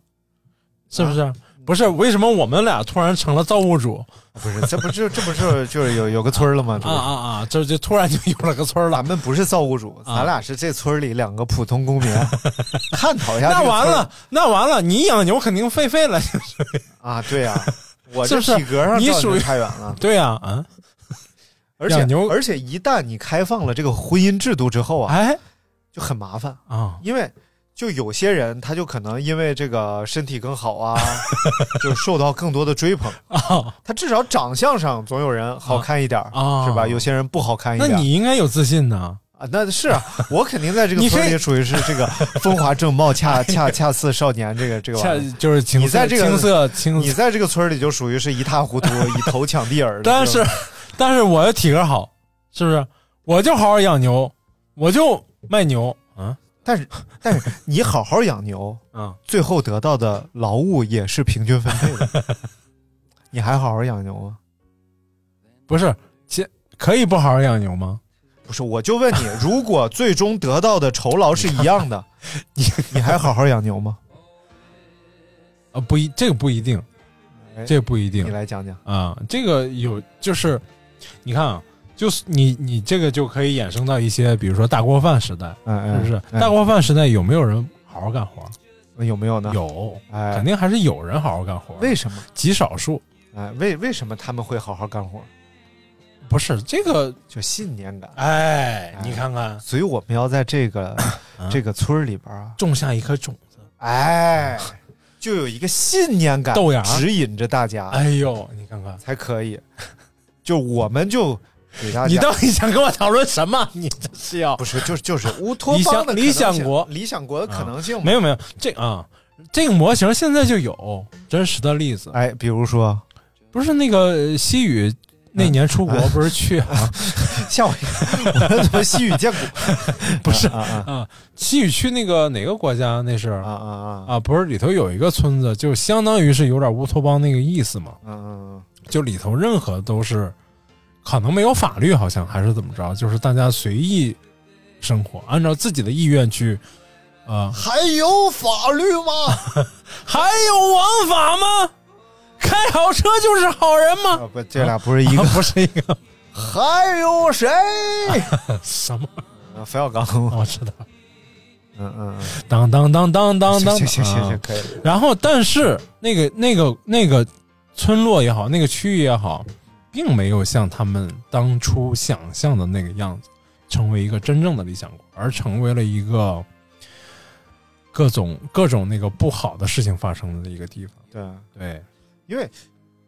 Speaker 10: 是不是？
Speaker 9: 啊
Speaker 10: 不是为什么我们俩突然成了造物主
Speaker 9: 不是，这不就这不是就是有有个村儿了吗？
Speaker 10: 啊啊啊！这就突然就有了个 村儿了
Speaker 9: 咱，们不是造物主，
Speaker 10: 啊
Speaker 9: 咱俩是这村里两个普通公 民，探讨一下。
Speaker 10: 那完了，那完了，你养牛肯定狒狒了。
Speaker 9: 啊！对 呀、我
Speaker 10: 是
Speaker 9: 这
Speaker 10: 不是
Speaker 9: 体格上
Speaker 10: 你
Speaker 9: 照
Speaker 10: 属
Speaker 9: 就
Speaker 10: 于
Speaker 9: 差远 了，
Speaker 10: 对呀、啊，
Speaker 9: 而且
Speaker 10: 养牛
Speaker 9: 而且一旦你开放了这个婚姻制度之后啊，
Speaker 10: 哎
Speaker 9: 就很麻烦，
Speaker 10: 啊，
Speaker 9: 因为就有些人他就可能因为这个身体更好 啊，就受到更多的追捧。
Speaker 10: 哦，
Speaker 9: 他至少长相上总有人好看一点儿
Speaker 10: 啊
Speaker 9: 是吧？有些人不好看一
Speaker 10: 那
Speaker 9: 点。
Speaker 10: 你应该有自信呐。
Speaker 9: 啊，那是啊，我肯定在这个
Speaker 10: 你可以
Speaker 9: 村里属于是这个风华正茂、 恰恰恰似少年这个这个玩
Speaker 10: 恰嗯
Speaker 9: 意儿。
Speaker 10: 就是青色
Speaker 9: 你在这个
Speaker 10: 青色青
Speaker 9: 你
Speaker 10: 色，
Speaker 9: 在这个村里就属于是一塌糊涂、以头抢地 耳的这种。
Speaker 10: 但是但是我的体格好，是不是？我就好好养牛，我就卖牛。啊
Speaker 9: 但是但是你好好养牛，
Speaker 10: 啊，
Speaker 9: 最后得到的劳务也是平均分配的。 你还好好养牛吗？
Speaker 10: 不是，其可以不好好养牛吗？
Speaker 9: 不是，我就问 你，如果最终得到的酬劳是一样的，你你还好好养牛 吗？
Speaker 10: 啊，不一，这个不一定，
Speaker 9: 哎
Speaker 10: 这个不一定
Speaker 9: 你。来讲讲。
Speaker 10: 啊、这个有就是，你看啊，就是你你这个就可以衍生到一些，比如说大锅饭时代，
Speaker 9: 嗯
Speaker 10: 是
Speaker 9: 嗯，
Speaker 10: 不是？
Speaker 9: 嗯
Speaker 10: 大锅饭时代有没有人好好干活？
Speaker 9: 有没有呢？。
Speaker 10: 有，
Speaker 9: 哎
Speaker 10: 肯，定还是有啊人好好干活，
Speaker 9: 为什么？
Speaker 10: 极少数。
Speaker 9: 哎，为为什么他们会好好干活？
Speaker 10: 不是这个，
Speaker 9: 就信念感。
Speaker 10: 哎
Speaker 9: 哎，
Speaker 10: 你看看，
Speaker 9: 所以我们要在这 个、
Speaker 10: 啊
Speaker 9: 这个村儿里边儿啊，
Speaker 10: 种下一颗种子。
Speaker 9: 哎，就有一个信念感，
Speaker 10: 豆芽
Speaker 9: 指引着大家、
Speaker 10: 啊哎呦，你看看，
Speaker 9: 才可以。就我们就给大家，
Speaker 10: 你到底想跟我讨论什么？ 你这是要
Speaker 9: 不是就就是乌托
Speaker 10: 理想
Speaker 9: 邦的可能性
Speaker 10: 理想国嗯
Speaker 9: 理想国的可能性嘛、
Speaker 10: 没有没有这啊、这个模型现在就有真实的例子，
Speaker 9: 哎，比如说
Speaker 10: 不是那个呃西语那年出
Speaker 9: 哎
Speaker 10: 国不是去 啊？
Speaker 9: 像我，我怎么西语见骨？
Speaker 10: 不是
Speaker 9: 啊啊
Speaker 10: 啊，西语去那个哪个国家？那是
Speaker 9: 啊啊啊啊
Speaker 10: 啊，不是里头有一个村子，就相当于是有点乌托邦那个意思嘛，
Speaker 9: 嗯嗯
Speaker 10: 就里头任何都是，可能没有法律，好像还是怎么着，就是大家随意生活，按照自己的意愿去，啊、
Speaker 9: 还有法律吗？
Speaker 10: 还有王法吗？开好车就是好人吗？
Speaker 9: 啊不，这俩不是一个，
Speaker 10: 不是一个
Speaker 9: 还有哎谁？
Speaker 10: 什么？
Speaker 9: 啊冯小刚，
Speaker 10: 我知道，
Speaker 9: 嗯嗯，
Speaker 10: 当当当当
Speaker 9: 嗯，
Speaker 10: 当当，
Speaker 9: 行行行行
Speaker 10: 啊
Speaker 9: 行，可以了。
Speaker 10: 然后，但是那个、那个、那个村落也好，那个区域也好，并没有像他们当初想象的那个样子，成为一个真正的理想国，而成为了一个各种各种那个不好的事情发生的一个地方。
Speaker 9: 对，
Speaker 10: 对
Speaker 9: 因为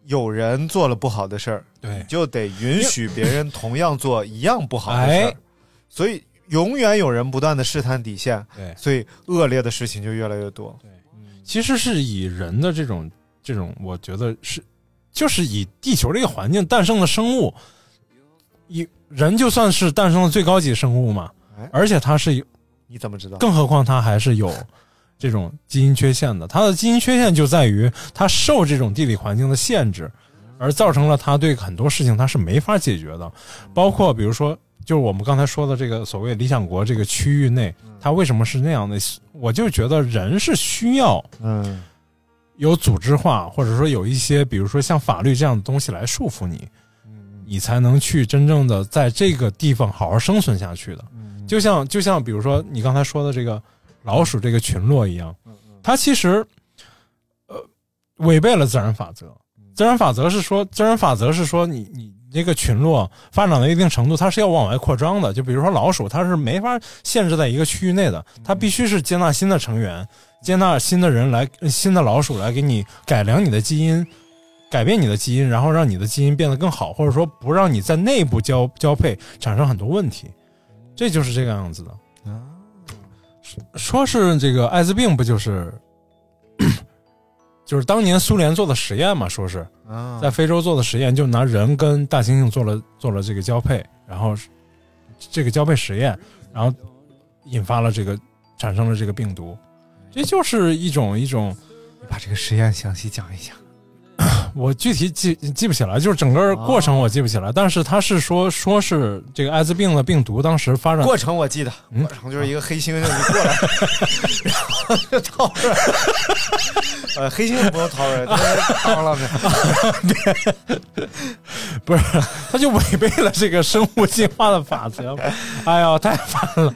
Speaker 9: 有人做了不好的事儿，
Speaker 10: 对
Speaker 9: 嗯就得允许别人同样做一样不好的事儿，
Speaker 10: 哎
Speaker 9: 所以永远有人不断的试探底线，
Speaker 10: 对，
Speaker 9: 所以恶劣的事情就越来越多。
Speaker 10: 对其实是以人的这种这种，我觉得是就是以地球这个环境诞生的生物，以人就算是诞生的最高级生物嘛
Speaker 9: 哎，
Speaker 10: 而且它是有。
Speaker 9: 你怎么知道？
Speaker 10: 更何况它还是有这种基因缺陷的。它的基因缺陷就在于它受这种地理环境的限制，而造成了它对很多事情它是没法解决的，
Speaker 9: 嗯
Speaker 10: 包括比如说，就是我们刚才说的这个所谓理想国这个区域内，它为什么是那样的？我就觉得人是需要
Speaker 9: 嗯，
Speaker 10: 有组织化，或者说有一些，比如说像法律这样的东西来束缚你，你才能去真正的在这个地方好好生存下去的。就像就像比如说你刚才说的这个老鼠这个群落一样，它其实呃违背了自然法则。自然法则是说，自然法则是说你你这个群落发展到一定程度，它是要往外扩张的。就比如说老鼠，它是没法限制在一个区域内的，它必须是接纳新的成员，接纳新的人来，新的老鼠来给你改良你的基因，改变你的基因，然后让你的基因变得更好，或者说不让你在内部交交配产生很多问题，这就是这个样子的。说是这个艾滋病不就是， 就是当年苏联做的实验嘛？说是
Speaker 9: 啊
Speaker 10: 在非洲做的实验，就拿人跟大猩猩做了做了这个交配，然后是这个交配实验，然后引发了这个产生了这个病毒，这就是一种一种，
Speaker 9: 把这个实验详细讲一下。
Speaker 10: 我具体记记不起来，就是整个过程我记不起来，但是他是说说是这个艾滋病的病毒当时发展
Speaker 9: 过程我记得，
Speaker 10: 嗯
Speaker 9: 过程就是一个黑猩猩就过来，然后就掏出来。呃，黑猩猩不用掏出 来，掏了没？
Speaker 10: 不是，他就违背了这个生物进化的法则。哎呦，太烦了！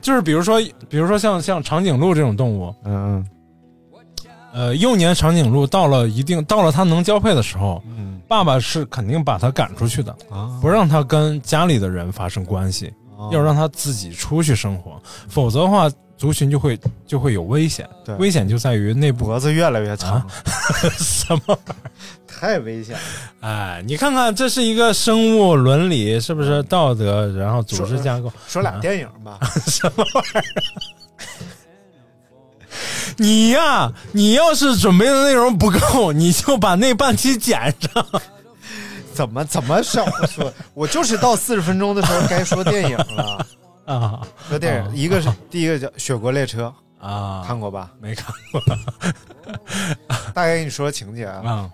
Speaker 10: 就是比如说，比如说像像长颈鹿这种动物，
Speaker 9: 嗯
Speaker 10: 呃，幼年长颈鹿到了一定到了它能交配的时候，
Speaker 9: 嗯
Speaker 10: 爸爸是肯定把它赶出去的，
Speaker 9: 啊哦
Speaker 10: 不让它跟家里的人发生关系，要让它自己出去生活，否则的话，族群就会就会有危险
Speaker 9: 对。
Speaker 10: 危险就在于内部
Speaker 9: 脖子越来越长，
Speaker 10: 啊什么
Speaker 9: 太危险了。
Speaker 10: 哎，你看看，这是一个生物伦理，是不是道德，然后组织架构？
Speaker 9: 说俩电影吧，
Speaker 10: 什么玩意儿？你呀、你要是准备的内容不够，你就把那半期剪上。
Speaker 9: 怎么怎么少说？我就是到四十分钟的时候该说电影了。
Speaker 10: 啊
Speaker 9: 说电影，一个是第一个叫《雪国列车》，
Speaker 10: 啊，
Speaker 9: 看过吧？
Speaker 10: 没看过
Speaker 9: 大概跟你说说情节啊，
Speaker 10: 啊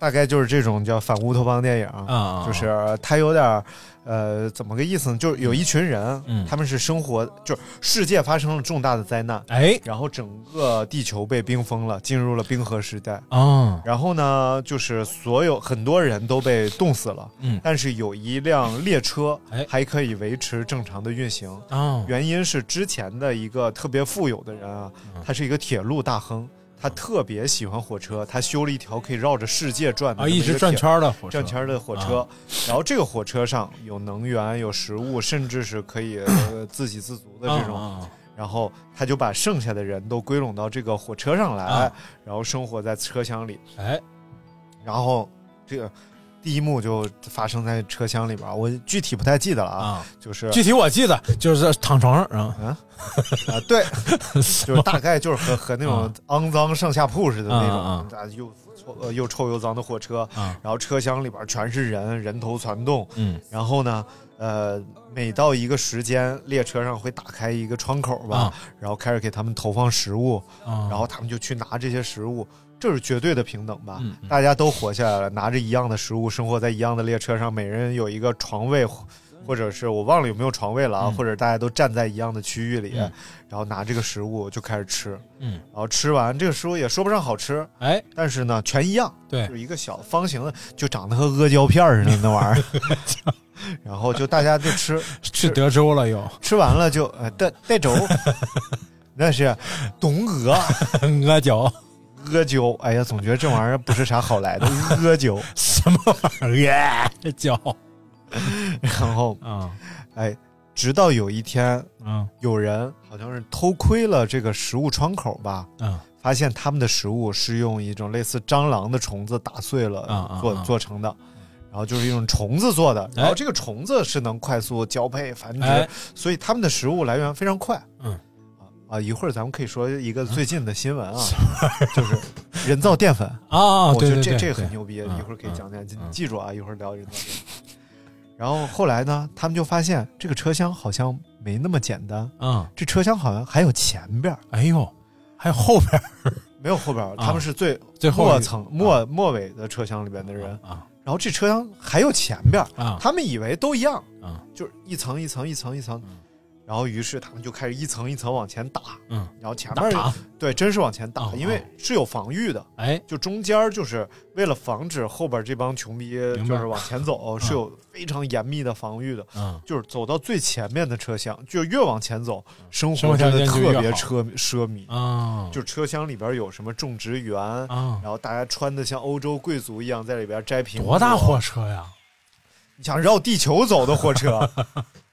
Speaker 9: 大概就是这种叫反乌托邦电影
Speaker 10: 啊啊，
Speaker 9: 就是他有点儿，呃，怎么个意思呢？就是有一群人，
Speaker 10: 嗯
Speaker 9: 他们是生活，就是世界发生了重大的灾难，
Speaker 10: 哎
Speaker 9: 然后整个地球被冰封了，进入了冰河时代。
Speaker 10: 啊
Speaker 9: 然后呢，就是所有很多人都被冻死了，
Speaker 10: 嗯
Speaker 9: 但是有一辆列车
Speaker 10: 哎
Speaker 9: 还可以维持正常的运行。
Speaker 10: 啊
Speaker 9: 原因是之前的一个特别富有的人啊，
Speaker 10: 嗯
Speaker 9: 他是一个铁路大亨，他特别喜欢火车，他修了一条可以绕着世界转的
Speaker 10: 啊，
Speaker 9: 这么
Speaker 10: 一
Speaker 9: 个
Speaker 10: 直转
Speaker 9: 铁
Speaker 10: 圈儿的火车，啊
Speaker 9: 转圈儿的火车，然后这个火车上有能源、有食物，甚至是可以、 呃、自给自足的
Speaker 10: 啊
Speaker 9: 这种。
Speaker 10: 啊
Speaker 9: 然后他就把剩下的人都归拢到这个火车上来，
Speaker 10: 啊
Speaker 9: 然后生活在车厢里。
Speaker 10: 哎
Speaker 9: 然后这个第一幕就发生在车厢里边儿，我具体不太记得了啊，
Speaker 10: 啊，
Speaker 9: 就是
Speaker 10: 具体我记得就是躺床上啊，
Speaker 9: 啊，对， 就是大概就是和和那种
Speaker 10: 啊
Speaker 9: 肮脏上下铺似的那种，
Speaker 10: 啊
Speaker 9: 又臭呃又臭又脏的火车，
Speaker 10: 啊
Speaker 9: 然后车厢里边全是人，人头攒动，
Speaker 10: 嗯
Speaker 9: 然后呢，呃，每到一个时间，列车上会打开一个窗口吧，
Speaker 10: 啊
Speaker 9: 然后开始给他们投放食物，
Speaker 10: 啊，
Speaker 9: 然后他们就去拿这些食物，这是绝对的平等吧？
Speaker 10: 嗯嗯
Speaker 9: 大家都活下来了，拿着一样的食物，生活在一样的列车上，每人有一个床位，或或者是我忘了有没有床位了啊，
Speaker 10: 嗯
Speaker 9: 或者大家都站在一样的区域里，
Speaker 10: 嗯
Speaker 9: 然后拿这个食物就开始吃，
Speaker 10: 嗯，
Speaker 9: 然后吃完这个食物也说不上好吃，
Speaker 10: 哎
Speaker 9: 但是呢，全一样，
Speaker 10: 对
Speaker 9: 就是一个小方形的，就长得和阿胶片儿似的那玩意儿， 然后就大家就吃，
Speaker 10: 去德州了又，
Speaker 9: 吃完了就呃带带走，那是东鹅。
Speaker 10: 阿九
Speaker 9: 阿胶，哎呀，总觉得这玩意儿不是啥好来的。阿胶，
Speaker 10: 什么玩 意儿？这叫
Speaker 9: 然后
Speaker 10: 啊
Speaker 9: 哎，直到有一天，
Speaker 10: 啊
Speaker 9: 有人好像是偷窥了这个食物窗口吧，
Speaker 10: 啊
Speaker 9: 发现他们的食物是用一种类似蟑螂的虫子打碎了、
Speaker 10: 啊啊
Speaker 9: 做
Speaker 10: 啊
Speaker 9: 做成的。然后就是用虫子做的，然后这个虫子是能快速交配繁殖，
Speaker 10: 哎
Speaker 9: 所以他们的食物来源非常快。
Speaker 10: 嗯
Speaker 9: 啊啊，一会儿咱们可以说一个最近的新 闻啊，就是人造淀粉。
Speaker 10: 啊！
Speaker 9: 我觉
Speaker 10: 对
Speaker 9: 得
Speaker 10: 对
Speaker 9: 这
Speaker 10: 对，
Speaker 9: 这个很
Speaker 10: 对
Speaker 9: 牛逼，
Speaker 10: 嗯
Speaker 9: 一会儿可以讲讲，记
Speaker 10: 嗯
Speaker 9: 记住啊，一会儿聊人造淀粉。 然后后来呢，他们就发现这个车厢好像没那么简单，
Speaker 10: 啊！
Speaker 9: 这车厢好像还有前边儿，
Speaker 10: 哎呦，还有后边儿
Speaker 9: 没有后边儿，
Speaker 10: 啊
Speaker 9: 他们是最
Speaker 10: 最后
Speaker 9: 末
Speaker 10: 一
Speaker 9: 层末末尾的车厢里边的人。
Speaker 10: 啊
Speaker 9: 然后这车厢还有前边儿，
Speaker 10: 啊
Speaker 9: 他们以为都一样，
Speaker 10: 啊
Speaker 9: 就是一层一层一层一层
Speaker 10: 嗯。
Speaker 9: 然后于是他们就开始一层一层往前打，
Speaker 10: 嗯，
Speaker 9: 然后前
Speaker 10: 打
Speaker 9: 面
Speaker 10: 塔
Speaker 9: 对，真是往前打，
Speaker 10: 哦
Speaker 9: 因为是有防御的，
Speaker 10: 哎，
Speaker 9: 就中间就是为了防止后边这帮穷逼
Speaker 10: 白
Speaker 9: 就是往前 走，是有非常严密的防御的。
Speaker 10: 嗯，
Speaker 9: 就是走到最前面的车厢，就越往前走，生
Speaker 10: 嗯生
Speaker 9: 活
Speaker 10: 活
Speaker 9: 真
Speaker 10: 条
Speaker 9: 的
Speaker 10: 件就越
Speaker 9: 特别
Speaker 10: 好
Speaker 9: 奢奢靡。
Speaker 10: 啊，
Speaker 9: 就车厢里边有什么种植园，
Speaker 10: 啊，
Speaker 9: 然后大家穿的像欧洲贵族一样，在里边摘苹果。
Speaker 10: 多大货？车呀？
Speaker 9: 你想绕地球走的火 车？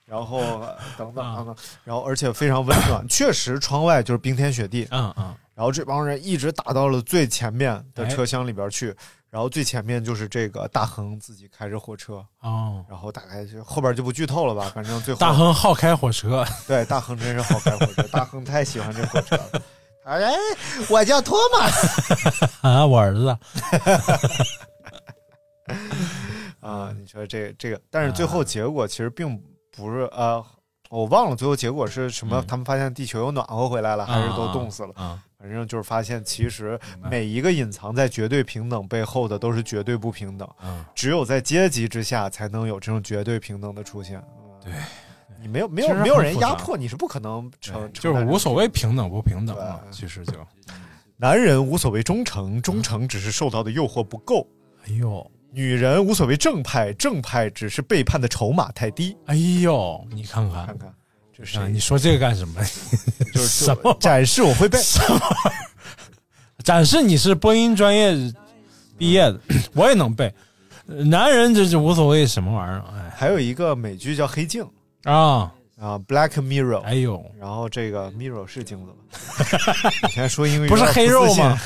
Speaker 9: 然后呃等等
Speaker 10: 啊
Speaker 9: 等等，然后而且非常温暖，确实窗外就是冰天雪地，
Speaker 10: 嗯嗯，
Speaker 9: 然后这帮人一直打到了最前面的
Speaker 10: 哎
Speaker 9: 车厢里边去，然后最前面就是这个大亨自己开着火车，
Speaker 10: 哦，
Speaker 9: 然后大概就后边就不剧透了吧，反正最后
Speaker 10: 大亨好开火车，
Speaker 9: 对大亨真是好开火车，大亨太喜欢这火车了。哎，我叫托马斯
Speaker 10: 啊，我儿子，
Speaker 9: 啊，你说这这个，但是最后结果其实并不是呃，我忘了最后结果是什么，
Speaker 10: 嗯
Speaker 9: 他们发现地球又暖和回来了，还是都冻死了。
Speaker 10: 啊，
Speaker 9: 反正就是发现，其实
Speaker 10: 白
Speaker 9: 每一个隐藏在绝对平等背后的都是绝对不平等，
Speaker 10: 嗯
Speaker 9: 只有在阶级之下才能有这种绝对平等的出现。嗯
Speaker 10: 对，
Speaker 9: 你没有没
Speaker 10: 其
Speaker 9: 有
Speaker 10: 实很
Speaker 9: 没有人
Speaker 10: 复杂
Speaker 9: 压迫你是不可能成，
Speaker 10: 就
Speaker 9: 承
Speaker 10: 是
Speaker 9: 担
Speaker 10: 无所谓平等不平等
Speaker 9: 对
Speaker 10: 嘛，其实就，
Speaker 9: 男人无所谓忠
Speaker 10: 嗯
Speaker 9: 诚，忠诚只是受到的诱惑不够；
Speaker 10: 哎呦，
Speaker 9: 女人无所谓正派，正派只是背叛的筹码太低。
Speaker 10: 哎呦，你看看
Speaker 9: 看，看，这
Speaker 10: 啊，
Speaker 9: 是
Speaker 10: 嗯你说这个干什么？
Speaker 9: 就是
Speaker 10: 什么
Speaker 9: 展示我会 被
Speaker 10: 什么玩意儿？展示你是播音专业毕业的，我也能背。男人这就无所谓什么玩意儿，哎
Speaker 9: 还有一个美剧叫《黑镜》
Speaker 10: 啊，
Speaker 9: 啊，《Black Mirror》
Speaker 10: 哎呦，
Speaker 9: 然后这个 Mirror 是镜子吧？ 以前说英语
Speaker 10: 不是
Speaker 9: 有点
Speaker 10: 黑肉
Speaker 9: 自信
Speaker 10: 吗？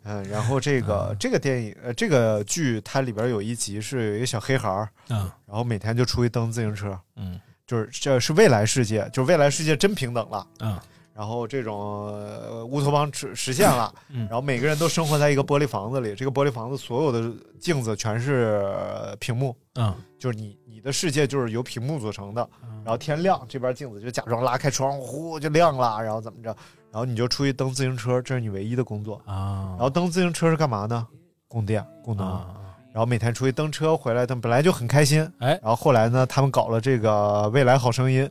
Speaker 9: 嗯，然后这个这个电影呃这个剧它里边有一集是有一个小黑孩儿，
Speaker 10: 嗯
Speaker 9: 然后每天就出去蹬自行车，
Speaker 10: 嗯
Speaker 9: 就是这是未来世界，就是未来世界真平等了。
Speaker 10: 嗯
Speaker 9: 然后这种、呃乌托邦实实现了，
Speaker 10: 嗯
Speaker 9: 然后每个人都生活在一个玻璃房子里，这个玻璃房子所有的镜子全是呃屏幕，
Speaker 10: 嗯
Speaker 9: 就是你你的世界就是由屏幕组成的，然后天亮这边镜子就假装拉开窗户呼就亮了，然后怎么着，然后你就出去蹬自行车，这是你唯一的工作。
Speaker 10: 啊
Speaker 9: 然后蹬自行车是干嘛呢？供电供能。
Speaker 10: 啊，
Speaker 9: 然后每天出去蹬车回来，他们本来就很开心。
Speaker 10: 哎
Speaker 9: 然后后来呢，他们搞了这个未来好声 音。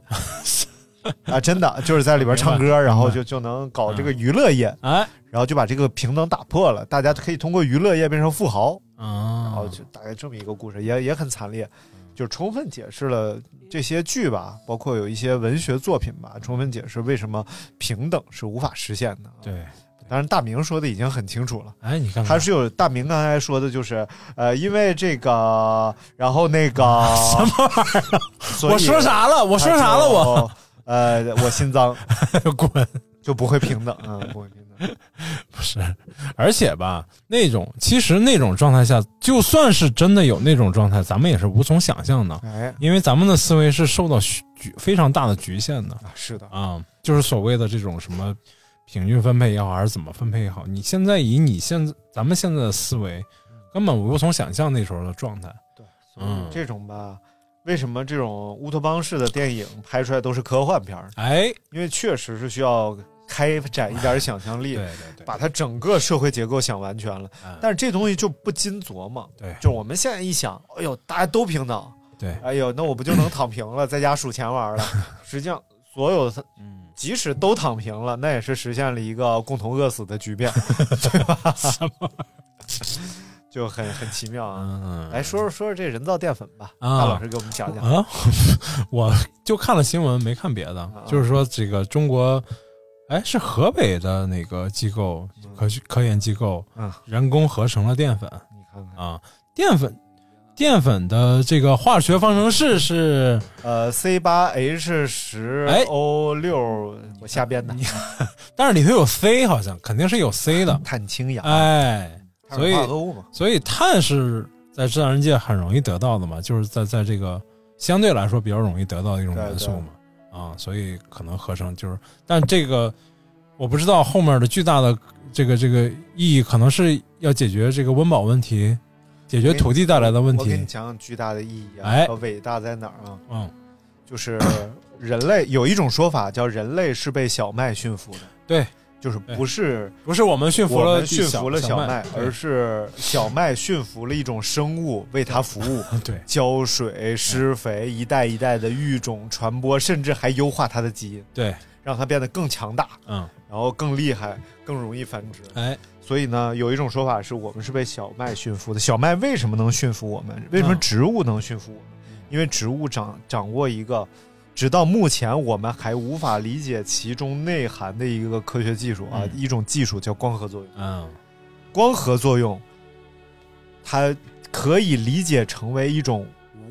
Speaker 9: 啊，真的就是在里边唱
Speaker 10: 明
Speaker 9: 歌，
Speaker 10: 白
Speaker 9: 然后就就能搞这个娱乐业，
Speaker 10: 哎
Speaker 9: 然后就把这个平等打破了，大家可以通过娱乐业变成富豪，然
Speaker 10: 啊
Speaker 9: 后就大概这么一个故事，也也很惨烈，
Speaker 10: 嗯
Speaker 9: 就是充分解释了这些剧吧，包括有一些文学作品吧，充分解释为什么平等是无法实现的。，
Speaker 10: 对，
Speaker 9: 当然大明说的已经很清楚了。
Speaker 10: 哎你看看
Speaker 9: 他是有大明刚才说的，就是呃，因为这个，然后那 个什么玩意儿
Speaker 10: 我说？啥了？我
Speaker 9: 我
Speaker 10: 说啥了？我
Speaker 9: 呃，我心脏
Speaker 10: 滚！
Speaker 9: 就不会平等，嗯，不会平等。
Speaker 10: 不是，而且吧，那种其实那种状态下，就算是真的有那种状态，咱们也是无从想象的，
Speaker 9: 哎，
Speaker 10: 因为咱们的思维是受到局非常大的局限的。
Speaker 9: 啊是的，
Speaker 10: 啊，就是所谓的这种什么平均分配也好，还是怎么分配也好，你现在以你现在咱们现在的思维，根本无从想象那时候的状态。
Speaker 9: 对，所
Speaker 10: 嗯
Speaker 9: 以这种吧，为什么这种乌托邦式的电影拍出来都是科幻片儿呢？
Speaker 10: 哎，
Speaker 9: 因为确实是需要开展一点想象
Speaker 10: 对
Speaker 9: 力。
Speaker 10: 对对，
Speaker 9: 把它整个社会结构想完全了，
Speaker 10: 嗯
Speaker 9: 但是这东西就不禁琢磨。
Speaker 10: 对
Speaker 9: 就是我们现在一想，哎呦，大家都平等，
Speaker 10: 对，
Speaker 9: 哎呦，那我不就能躺平了，在家数钱 玩了？实际上，所有的
Speaker 10: 嗯，
Speaker 9: 即使都躺平了，那也是实现了一个共同饿死的局 面，对吧？就很很奇妙啊！
Speaker 10: 嗯
Speaker 9: 来说说说说这人造淀粉吧，
Speaker 10: 啊
Speaker 9: 大老师给我们讲讲。
Speaker 10: 啊， 我就看了新闻，没看别的
Speaker 9: 啊，
Speaker 10: 就是说这个中国。哎，是河北的哪个机构科学科研机构，
Speaker 9: 嗯
Speaker 10: 人工合成了淀粉
Speaker 9: 你看看，
Speaker 10: 啊，淀粉，淀粉的这个化学方程式是
Speaker 9: 呃，C 八 H 十
Speaker 10: 哎
Speaker 9: O 六，我瞎编的，
Speaker 10: 但是里头有 C，好像肯定是有 C 的，
Speaker 9: 碳氢氧，
Speaker 10: 哎，
Speaker 9: 碳
Speaker 10: 所以
Speaker 9: 水化合物嘛，
Speaker 10: 所以碳是在自然界很容易得到的嘛，就是在在这个相对来说比较容易得到的一种元素嘛，啊，所以可能合成就是，但这个我不知道后面的巨大的这个这个意义，可能是要解决这个温饱问题，解决土地带来的问
Speaker 9: 我给你
Speaker 10: 题，
Speaker 9: 讲讲巨大的意义啊，
Speaker 10: 哎
Speaker 9: 和伟大在哪儿啊？
Speaker 10: 嗯，
Speaker 9: 就是人类有一种说法叫人类是被小麦驯服的，
Speaker 10: 对，
Speaker 9: 就是不是
Speaker 10: 不是我们驯服
Speaker 9: 我
Speaker 10: 了
Speaker 9: 们驯服了
Speaker 10: 小
Speaker 9: 小麦，
Speaker 10: 对
Speaker 9: 而是小麦驯服了一种生物为它服务，
Speaker 10: 嗯对
Speaker 9: 浇水、施
Speaker 10: 哎
Speaker 9: 肥，一代一代的育种、传播，甚至还优化它的基因，
Speaker 10: 对，
Speaker 9: 让它变得更强大，
Speaker 10: 嗯，
Speaker 9: 然后更厉害，更容易繁殖。
Speaker 10: 哎，
Speaker 9: 所以呢，有一种说法是我们是被小麦驯服的。小麦为什么能驯服我们？为什么植物能驯服我们？
Speaker 10: 嗯
Speaker 9: 因为植物掌掌握一个，直到目前我们还无法理解其中内涵的一个科学技术啊，
Speaker 10: 嗯
Speaker 9: 一种技术叫光合作用。
Speaker 10: 嗯，
Speaker 9: 光合作用，它可以理解成为一种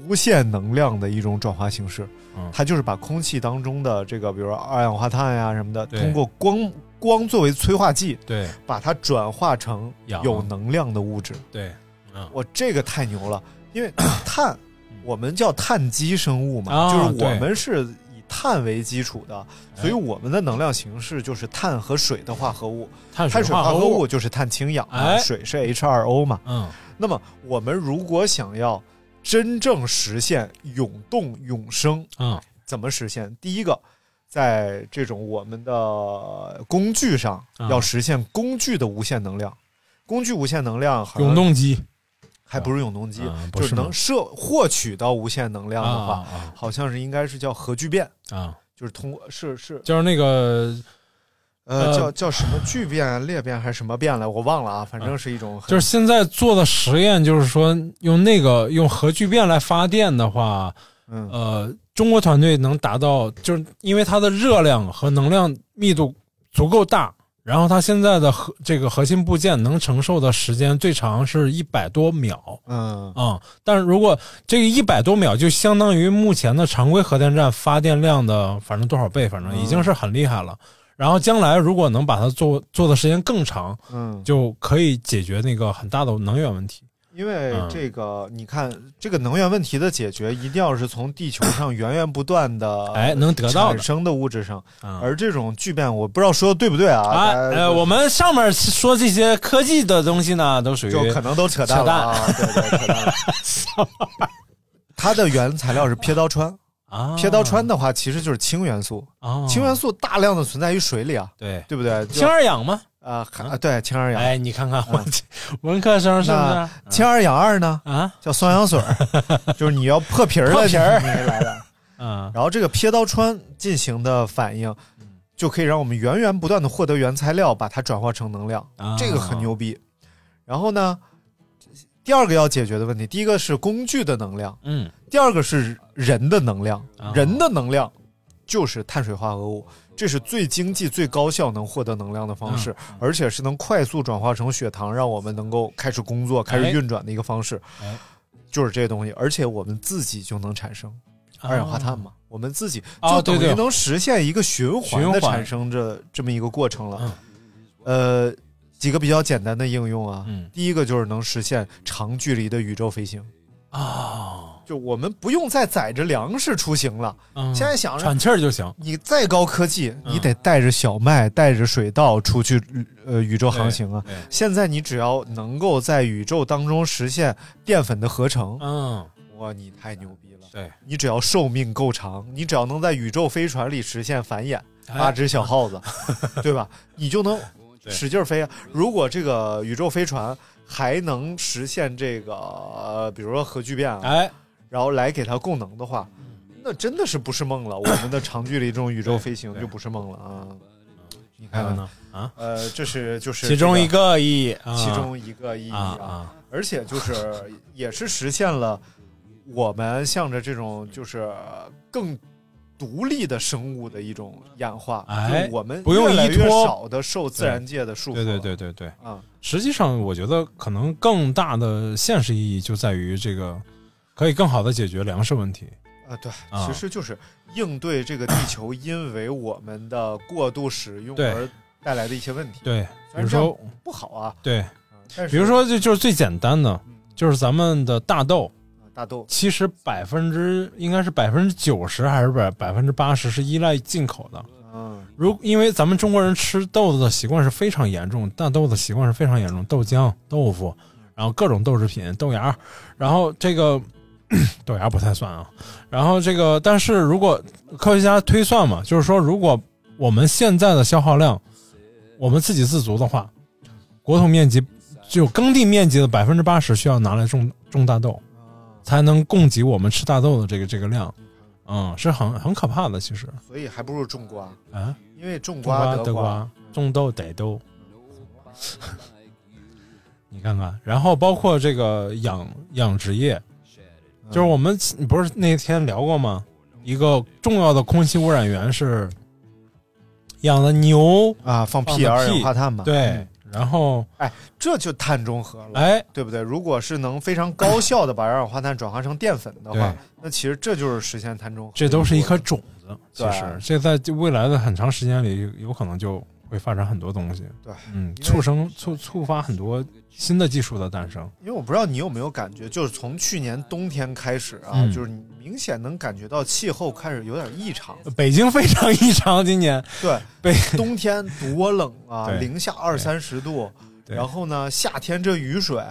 Speaker 9: 无限能量的一种转化形式。
Speaker 10: 嗯
Speaker 9: 它就是把空气当中的这个，比如说二氧化碳呀、什么的，
Speaker 10: 对
Speaker 9: 通过光光作为催化剂，
Speaker 10: 对
Speaker 9: 把它转化成
Speaker 10: 氧
Speaker 9: 有能量的物质。
Speaker 10: 对，嗯，
Speaker 9: 我这个太牛了，因为 碳，我们叫碳基生物嘛，
Speaker 10: 啊
Speaker 9: 就是我
Speaker 10: 对哎
Speaker 9: 们是以碳为基础的，所以我们的能量形式就是碳和水的化合物。
Speaker 10: 碳
Speaker 9: 碳水
Speaker 10: 化
Speaker 9: 合
Speaker 10: 合
Speaker 9: 物，就是碳氢氧嘛，
Speaker 10: 哎
Speaker 9: 水是 H2O 嘛。
Speaker 10: 嗯，
Speaker 9: 那么我们如果想要真正实现永动永生，
Speaker 10: 嗯，
Speaker 9: 怎么实现？第一个，在这种我们的工具上
Speaker 10: 啊
Speaker 9: 要实现工具的无限能量，工具无限能量好像
Speaker 10: 永动机
Speaker 9: 还不是永动机，
Speaker 10: 啊不
Speaker 9: 就是是
Speaker 10: 吗
Speaker 9: 能摄获取到无限能量
Speaker 10: 啊
Speaker 9: 的话，
Speaker 10: 啊
Speaker 9: 好像是应该是叫核聚变，
Speaker 10: 啊，
Speaker 9: 就是通过是是
Speaker 10: 就是那个
Speaker 9: 呃
Speaker 10: 呃
Speaker 9: 叫叫什么聚变、啊裂变还是什么变来，我忘了啊，反正是一种很
Speaker 10: 就是现在做的实验，就是说用那个用核聚变来发电的话，
Speaker 9: 嗯
Speaker 10: 呃，中国团队能达到，就是因为它的热量和能量密度足够大，然后它现在的核这个核心部件能承受的时间最长是一百多秒
Speaker 9: 嗯
Speaker 10: 啊、但是如果这个一百多秒就相当于目前的常规核电站发电量的反正多少倍，反正已经是很厉害了。然后将来如果能把它做做的时间更长，
Speaker 9: 嗯，
Speaker 10: 就可以解决那个很大的能源问题。
Speaker 9: 因为
Speaker 10: 嗯
Speaker 9: 这个你看，这个能源问题的解决一定要是从地球上源源不断的
Speaker 10: 哎，能得到
Speaker 9: 产
Speaker 10: 的
Speaker 9: 生的物质上，
Speaker 10: 啊。
Speaker 9: 而这种聚变我不知道说的对不对啊，
Speaker 10: 啊，
Speaker 9: 大家
Speaker 10: 呃，我们上面说这些科技的东西呢，都属于
Speaker 9: 就可能都扯淡了啊，对对扯 淡了。它的原材料是撇刀川，
Speaker 10: 啊，
Speaker 9: 撇刀川的话其实就是氢元素，
Speaker 10: 啊，
Speaker 9: 氢元素大量的存在于水里啊，
Speaker 10: 对
Speaker 9: 对不对？就
Speaker 10: 氢二氧吗？
Speaker 9: 啊还啊对氢二氧，
Speaker 10: 哎，你看看我这文科生是不嗯
Speaker 9: 那
Speaker 10: 是
Speaker 9: 氢二氧二呢
Speaker 10: 啊？
Speaker 9: 叫双氧水儿， 就是你要破皮儿了，
Speaker 10: 破皮儿
Speaker 9: 你你来 的。
Speaker 10: 嗯，
Speaker 9: 然后这个撇刀川进行的反应，就可以让我们源源不断的获得原材料，把它转化成能量，
Speaker 10: 啊
Speaker 9: 这个很牛逼。然后呢，第二个要解决的问题，第一个是工具的能量，
Speaker 10: 嗯
Speaker 9: 第二个是人的能量
Speaker 10: 啊，
Speaker 9: 人的能量就是碳水化合物，这是最经济、最高效能获得能量的方式，
Speaker 10: 嗯
Speaker 9: 而且是能快速转化成血糖，让我们能够开始工作、开始运转的一个方式
Speaker 10: 哎。
Speaker 9: 就是这些东西，而且我们自己就能产生二氧化碳嘛，我们自己
Speaker 10: 哦
Speaker 9: 就等
Speaker 10: 对
Speaker 9: 于
Speaker 10: 对
Speaker 9: 能实现一个循环的
Speaker 10: 循环嗯
Speaker 9: 产生这这么一个过程了。呃，几个比较简单的应用啊
Speaker 10: 嗯，
Speaker 9: 第一个就是能实现长距离的宇宙飞行。
Speaker 10: 啊，
Speaker 9: 就我们不用再载着粮食出行了。
Speaker 10: 嗯
Speaker 9: 现在想着
Speaker 10: 喘气儿就行，
Speaker 9: 你再高科技，
Speaker 10: 嗯
Speaker 9: 你得带着小麦、带着水稻出去呃宇宙航行啊
Speaker 10: 对对。
Speaker 9: 现在你只要能够在宇宙当中实现淀粉的合成，
Speaker 10: 嗯，
Speaker 9: 哇，你太牛逼了！
Speaker 10: 对，
Speaker 9: 你只要寿命够长，你只要能在宇宙飞船里实现繁衍，
Speaker 10: 哎
Speaker 9: 八只小耗 子，对吧？你就能
Speaker 10: 对
Speaker 9: 使劲儿飞啊！如果这个宇宙飞船还能实现这个，呃、比如说核聚变啊，
Speaker 10: 哎，
Speaker 9: 然后来给它供能的话，
Speaker 10: 嗯
Speaker 9: 那真的是不是梦了。我们的长距离这种宇宙飞行
Speaker 10: 对
Speaker 9: 就不是梦了啊！你
Speaker 10: 还有
Speaker 9: 看看，
Speaker 10: 呢啊，
Speaker 9: 呃，这是嗯就是
Speaker 10: 哎其中一
Speaker 9: 个，
Speaker 10: 个意义，啊
Speaker 9: 其中一个意义
Speaker 10: 啊
Speaker 9: 啊，
Speaker 10: 啊，
Speaker 9: 而且就是 也是实现了我们向着这种就是更。独立的生物的一种演化，
Speaker 10: 哎
Speaker 9: 就是我们
Speaker 10: 不用
Speaker 9: 越来
Speaker 10: 依托
Speaker 9: 越少的受自然界的束缚
Speaker 10: 对
Speaker 9: 了，
Speaker 10: 对对对对。
Speaker 9: 啊，
Speaker 10: 实际上，我觉得可能更大的现实意义就在于这个，可以更好的解决粮食问题。
Speaker 9: 啊，对，
Speaker 10: 啊
Speaker 9: 其实就是应对这个地球因为我们的过度使用
Speaker 10: 对
Speaker 9: 而带来的一些问题，
Speaker 10: 对，
Speaker 9: 虽
Speaker 10: 比如
Speaker 9: 然这样
Speaker 10: 说，
Speaker 9: 不好啊，
Speaker 10: 对，
Speaker 9: 但是
Speaker 10: 比如说，这就是最简单的，
Speaker 9: 嗯
Speaker 10: 就是咱们的大豆，
Speaker 9: 大豆，
Speaker 10: 其实百分之应该是百分之九十还是百百分之八十是依赖进口的。
Speaker 9: 嗯
Speaker 10: 如因为咱们中国人吃豆子的习惯是非常严重，大豆的习惯是非常严重，豆浆、豆腐，然后各种豆制品、豆芽儿，然后这个 豆芽儿不太算啊。然后这个，但是如果科学家推算嘛，就是说，如果我们现在的消耗量我们自给自足的话，国土面积只有耕地面积的百分之八十需要拿来种种大豆，才能供给我们吃大豆的这个这个量，嗯，是很很可怕的。其实
Speaker 9: 所以还不如种瓜，
Speaker 10: 啊，
Speaker 9: 因为种
Speaker 10: 种瓜
Speaker 9: 瓜
Speaker 10: 得
Speaker 9: 瓜
Speaker 10: 瓜，种豆得豆。 你看看，然后包括这个养养殖业，就是我们你不是那天聊过吗？一个重要的空气污染源是养的牛，
Speaker 9: 啊放
Speaker 10: 放
Speaker 9: 屁
Speaker 10: 个
Speaker 9: 二氧
Speaker 10: 屁
Speaker 9: 化碳嘛，
Speaker 10: 对
Speaker 9: 嗯，，
Speaker 10: 然后
Speaker 9: 这就碳中和了，
Speaker 10: 哎，
Speaker 9: 对不对？如果是能非常高效的把二氧化碳转化成淀粉的话
Speaker 10: 对，
Speaker 9: 那其实这就是实现碳中和。
Speaker 10: 这都是一颗种子。其
Speaker 9: 嗯对
Speaker 10: 实，这在就未来的很长时间里，有有可能就会发展很多东西。
Speaker 9: 对，
Speaker 10: 嗯，
Speaker 9: 为
Speaker 10: 促生促触发很多新的技术的诞生。
Speaker 9: 因为我不知道你有没有感觉，就是从去年冬天开始啊，
Speaker 10: 嗯
Speaker 9: 就是你明显能感觉到气候开始有点异常。
Speaker 10: 北京非常异常，今年
Speaker 9: 对，
Speaker 10: 北
Speaker 9: 冬天多冷啊，
Speaker 10: 对
Speaker 9: 零下二三十度。
Speaker 10: 对
Speaker 9: 然后呢，夏天这雨水，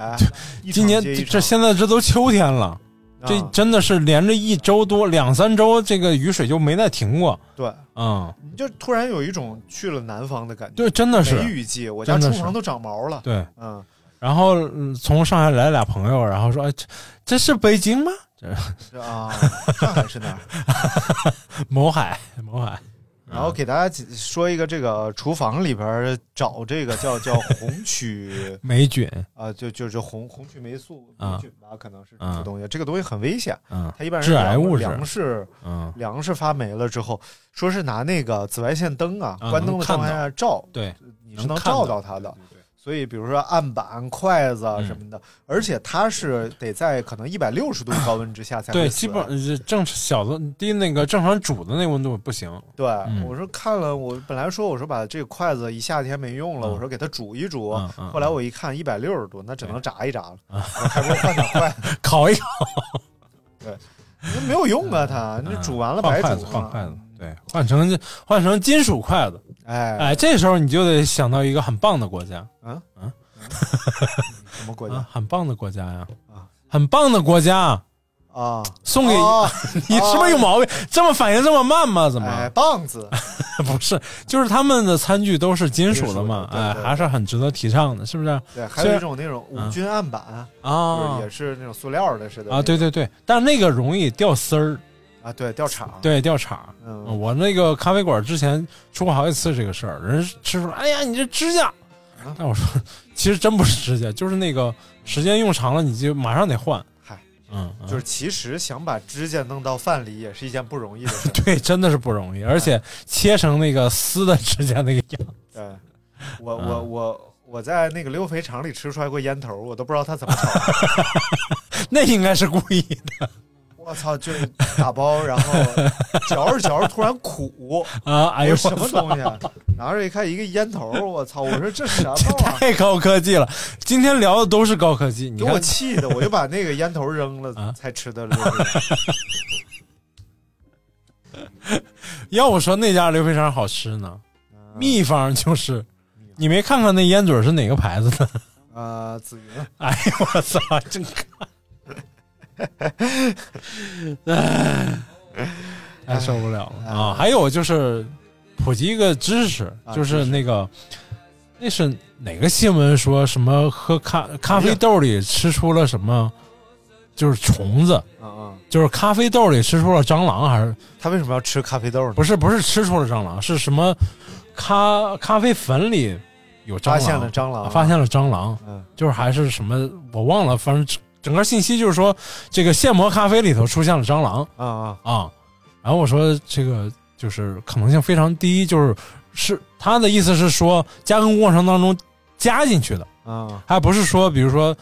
Speaker 9: 一场
Speaker 10: 今年
Speaker 9: 接一
Speaker 10: 这
Speaker 9: 场
Speaker 10: 这现在这都秋天了，这
Speaker 9: 啊
Speaker 10: 真的是连着一周多两三周，这个雨水就没再停过。
Speaker 9: 对，
Speaker 10: 嗯，
Speaker 9: 你就突然有一种去了南方的感觉。
Speaker 10: 对，真的
Speaker 9: 梅
Speaker 10: 是
Speaker 9: 雨季，我家
Speaker 10: 真
Speaker 9: 厨
Speaker 10: 的是
Speaker 9: 房都长毛了。
Speaker 10: 对。
Speaker 9: 嗯，
Speaker 10: 然后、嗯从上海来俩朋友，然后说：“哎，这这是北京吗？
Speaker 9: 是啊，上海是 哪儿？
Speaker 10: 某海，某海。”
Speaker 9: 然后给大家解说一个这个厨房里边儿找这个叫叫红曲
Speaker 10: 霉菌，
Speaker 9: 啊、就就是红红曲霉素
Speaker 10: 啊
Speaker 9: 霉菌吧，可能是这
Speaker 10: 啊
Speaker 9: 个东西。这个东西很危险，
Speaker 10: 嗯
Speaker 9: 它一般是
Speaker 10: 致癌物质
Speaker 9: 粮食
Speaker 10: 嗯，
Speaker 9: 粮食发霉了之后，说是拿那个紫外线灯啊，
Speaker 10: 啊
Speaker 9: 关灯的情况下照，
Speaker 10: 对，
Speaker 9: 你是能
Speaker 10: 看
Speaker 9: 照
Speaker 10: 到
Speaker 9: 到它的。所以，比如说案板、筷子啊
Speaker 10: 嗯
Speaker 9: 什么的，而且它是得在可能一百六十度高温之下才会
Speaker 10: 对，
Speaker 9: 死啊
Speaker 10: 基本呃正小的低那个正常煮的那温度不行，
Speaker 9: 对，
Speaker 10: 嗯
Speaker 9: 我说看了，我本来说我说把这个筷子一夏天没用了，
Speaker 10: 嗯
Speaker 9: 我说给它煮一煮。
Speaker 10: 嗯嗯
Speaker 9: 后来我一看一百六十度，那只能炸一炸了，我还不如换点筷子，
Speaker 10: 烤一烤，
Speaker 9: 那没有用
Speaker 10: 嗯
Speaker 9: 啊，它那煮完了白
Speaker 10: 换
Speaker 9: 煮啊
Speaker 10: 筷子，换筷
Speaker 9: 了。
Speaker 10: 子，对，换成换成金属筷子，
Speaker 9: 哎，
Speaker 10: 哎，这时候你就得想到一个很棒的国家
Speaker 9: 什么国家
Speaker 10: 啊，很棒的国家呀
Speaker 9: 啊，
Speaker 10: 很棒的国家，
Speaker 9: 啊？
Speaker 10: 送给
Speaker 9: 哦
Speaker 10: 你是不是有毛病？这么反应这么慢吗？怎
Speaker 9: 哎，
Speaker 10: 么
Speaker 9: 棒子，
Speaker 10: 不是？就是他们的餐具都是金属的嘛，
Speaker 9: 金属的
Speaker 10: 哎，
Speaker 9: 对对
Speaker 10: 还是很值得提倡的，是不是
Speaker 9: 对，还有一种那种五菌案板，就是
Speaker 10: 啊
Speaker 9: 也？是那种塑料的似的
Speaker 10: 啊，对对对，但那个容易掉丝儿，
Speaker 9: 啊，对，掉场，，
Speaker 10: 对，掉茬。
Speaker 9: 嗯，
Speaker 10: 我那个咖啡馆之前出过好几次这个事儿，人吃出来，哎呀，你这指甲。
Speaker 9: 啊
Speaker 10: 但我说，其实真不是指甲，就是那个时间用长了，你就马上得换。
Speaker 9: 嗨，
Speaker 10: 嗯，嗯。
Speaker 9: 就是其实想把指甲弄到饭里也是一件不容易的事
Speaker 10: 对，真的是不容易，而且切成那个丝的指甲那个样，
Speaker 9: 对，我
Speaker 10: 啊
Speaker 9: 我我我在那个溜肥肠里吃出来过烟头，我都不知道它怎么炒的。
Speaker 10: 那应该是故意的
Speaker 9: 我操，就是打包，然后嚼着嚼着突然苦，
Speaker 10: 啊！哎呦，
Speaker 9: 我说什么
Speaker 10: 我操
Speaker 9: 东西啊？ 拿着一看一个烟头，我操！我说这什么
Speaker 10: 这
Speaker 9: 玩意儿？
Speaker 10: 太高科技了！今天聊的都是高科技，你
Speaker 9: 给我
Speaker 10: 看，
Speaker 9: 气的，我就把那个烟头扔
Speaker 10: 啊
Speaker 9: 了，才吃的溜肥肠。
Speaker 10: 要我说那家溜肥肠好吃呢，
Speaker 9: 嗯
Speaker 10: 秘方就是，你没看看那烟嘴是哪个牌子的？
Speaker 9: 啊，紫云，
Speaker 10: 哎呦我操，真看！哎，太受不了了啊！还有就是普及一个知识，
Speaker 9: 啊
Speaker 10: 就是
Speaker 9: 知识
Speaker 10: 那个那是哪个新闻说什么喝咖咖啡豆里吃出了什么，就是虫子，
Speaker 9: 嗯嗯，
Speaker 10: 就是咖啡豆里吃出了蟑螂，还是
Speaker 9: 他为什么要吃咖啡豆呢？
Speaker 10: 不是不是吃出了蟑螂，是什么咖咖啡粉里有蟑
Speaker 9: 发
Speaker 10: 螂？
Speaker 9: 现了蟑螂，
Speaker 10: 啊发，现了蟑螂，
Speaker 9: 嗯，
Speaker 10: 就是还是什么我忘了，反正整整个信息就是说，这个现磨咖啡里头出现了蟑螂
Speaker 9: 啊啊，
Speaker 10: 啊。然后我说这个就是可能性非常低，就是是他的意思是说加工过程当中加进去的，
Speaker 9: 嗯，
Speaker 10: 还不是说比如说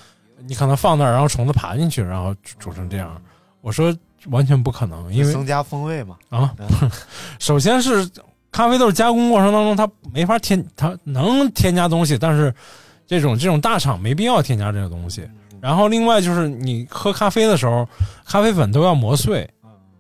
Speaker 10: 你可能放那儿，然后虫子爬进去，然后煮成这样。我说完全不可能，因为
Speaker 9: 增加风味嘛，
Speaker 10: 啊， 首先是咖啡豆加工过程当中，它没法添，它能添加东西，但是这种这种大厂没必要添加这个东西。然后另外就是你喝咖啡的时候，咖啡粉都要磨碎，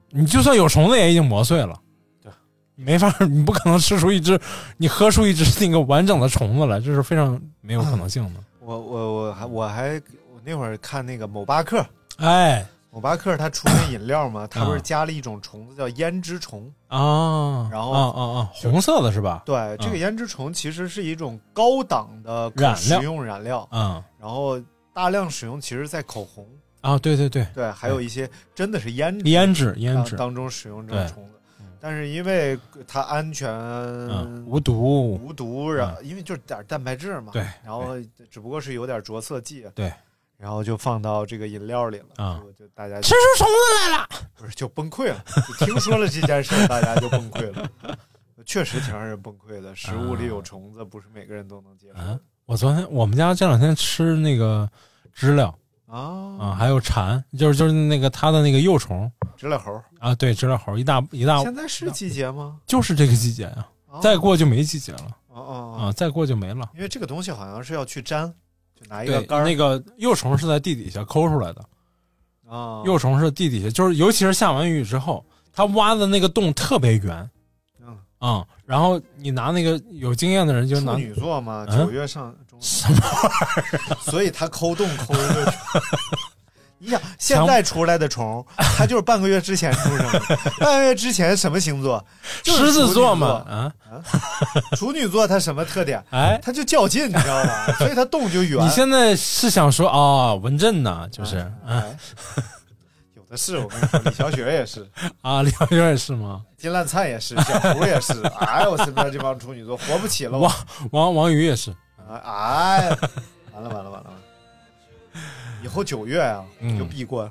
Speaker 10: 你就算有虫子也已经磨碎了，对，没法，你不可能吃出一只，你喝出一只那个完整的虫子来，这是非常没有可能性的。
Speaker 9: 我我我还我还我那会儿看那个某巴克，
Speaker 10: 哎，
Speaker 9: 姆巴克他出那饮料嘛，他不是加了一种虫子叫胭脂虫。
Speaker 10: 啊，
Speaker 9: 然后
Speaker 10: 啊啊啊，红色的是吧？
Speaker 9: 对，这个胭脂虫其实是一种高档的可
Speaker 10: 啊染料
Speaker 9: 食用染料，
Speaker 10: 嗯
Speaker 9: 然后大量使用，其实在口红，
Speaker 10: 啊，对对对，
Speaker 9: 对，还有一些真的是胭脂
Speaker 10: 胭脂胭
Speaker 9: 当
Speaker 10: 脂，
Speaker 9: 当中使用这种
Speaker 10: 对
Speaker 9: 虫子，但是因为它安全
Speaker 10: 嗯，无毒，嗯
Speaker 9: 无毒，然因为就是点儿蛋白质嘛，
Speaker 10: 对
Speaker 9: 然后只不过是有点着色剂，
Speaker 10: 对，
Speaker 9: 然后就放到这个饮料里了，
Speaker 10: 啊
Speaker 9: 就就大家就
Speaker 10: 吃出虫子来了。
Speaker 9: 不是就崩溃了，就听说了这件事儿，大家就崩溃了，确实挺让人崩溃的。食物里有虫子，不是每个人都能接受
Speaker 10: 啊，我昨天我们家这两天吃那个知了啊，
Speaker 9: 啊。
Speaker 10: 还有蝉，就是就是那个它的那个幼虫
Speaker 9: 知了猴，
Speaker 10: 啊，对，知了猴一大一大，
Speaker 9: 现在是季节吗？
Speaker 10: 就是这个季节呀、
Speaker 9: 啊
Speaker 10: 再过就没季节了
Speaker 9: 哦哦，
Speaker 10: 啊，再过就没了。
Speaker 9: 因为这个东西好像是要去粘，就拿一个
Speaker 10: 对，
Speaker 9: 杆儿
Speaker 10: 那个幼虫是在地底下抠出来的，
Speaker 9: 啊，
Speaker 10: 幼虫是地底下，就是尤其是下完雨之后，它挖的那个洞特别圆
Speaker 9: 嗯
Speaker 10: 啊、然后你拿那个有经验的人就
Speaker 9: 处
Speaker 10: 拿
Speaker 9: 女座嘛，
Speaker 10: 嗯
Speaker 9: 九月上中，
Speaker 10: 什么
Speaker 9: 所以他抠洞抠 的。你想现在出来的虫，它就是半个月之前出生的。半个月之前什么星座？就是
Speaker 10: 狮子座
Speaker 9: 处女
Speaker 10: 嘛
Speaker 9: 座
Speaker 10: 啊，
Speaker 9: 处女座它什么特点？
Speaker 10: 哎，
Speaker 9: 它就较劲，你知道 吧？所以它洞就圆。
Speaker 10: 你现在是想说啊、文振呐，就是啊
Speaker 9: 哎有的是，我跟你说，李小雪也是，
Speaker 10: 啊， 李小军也是吗？
Speaker 9: 金烂灿也是，小胡也 是。哎，我身边这帮处女座活不起了。我
Speaker 10: 王王王宇也是，
Speaker 9: 哎，完了完了完了完了！以后九月啊，
Speaker 10: 嗯
Speaker 9: 你就闭关。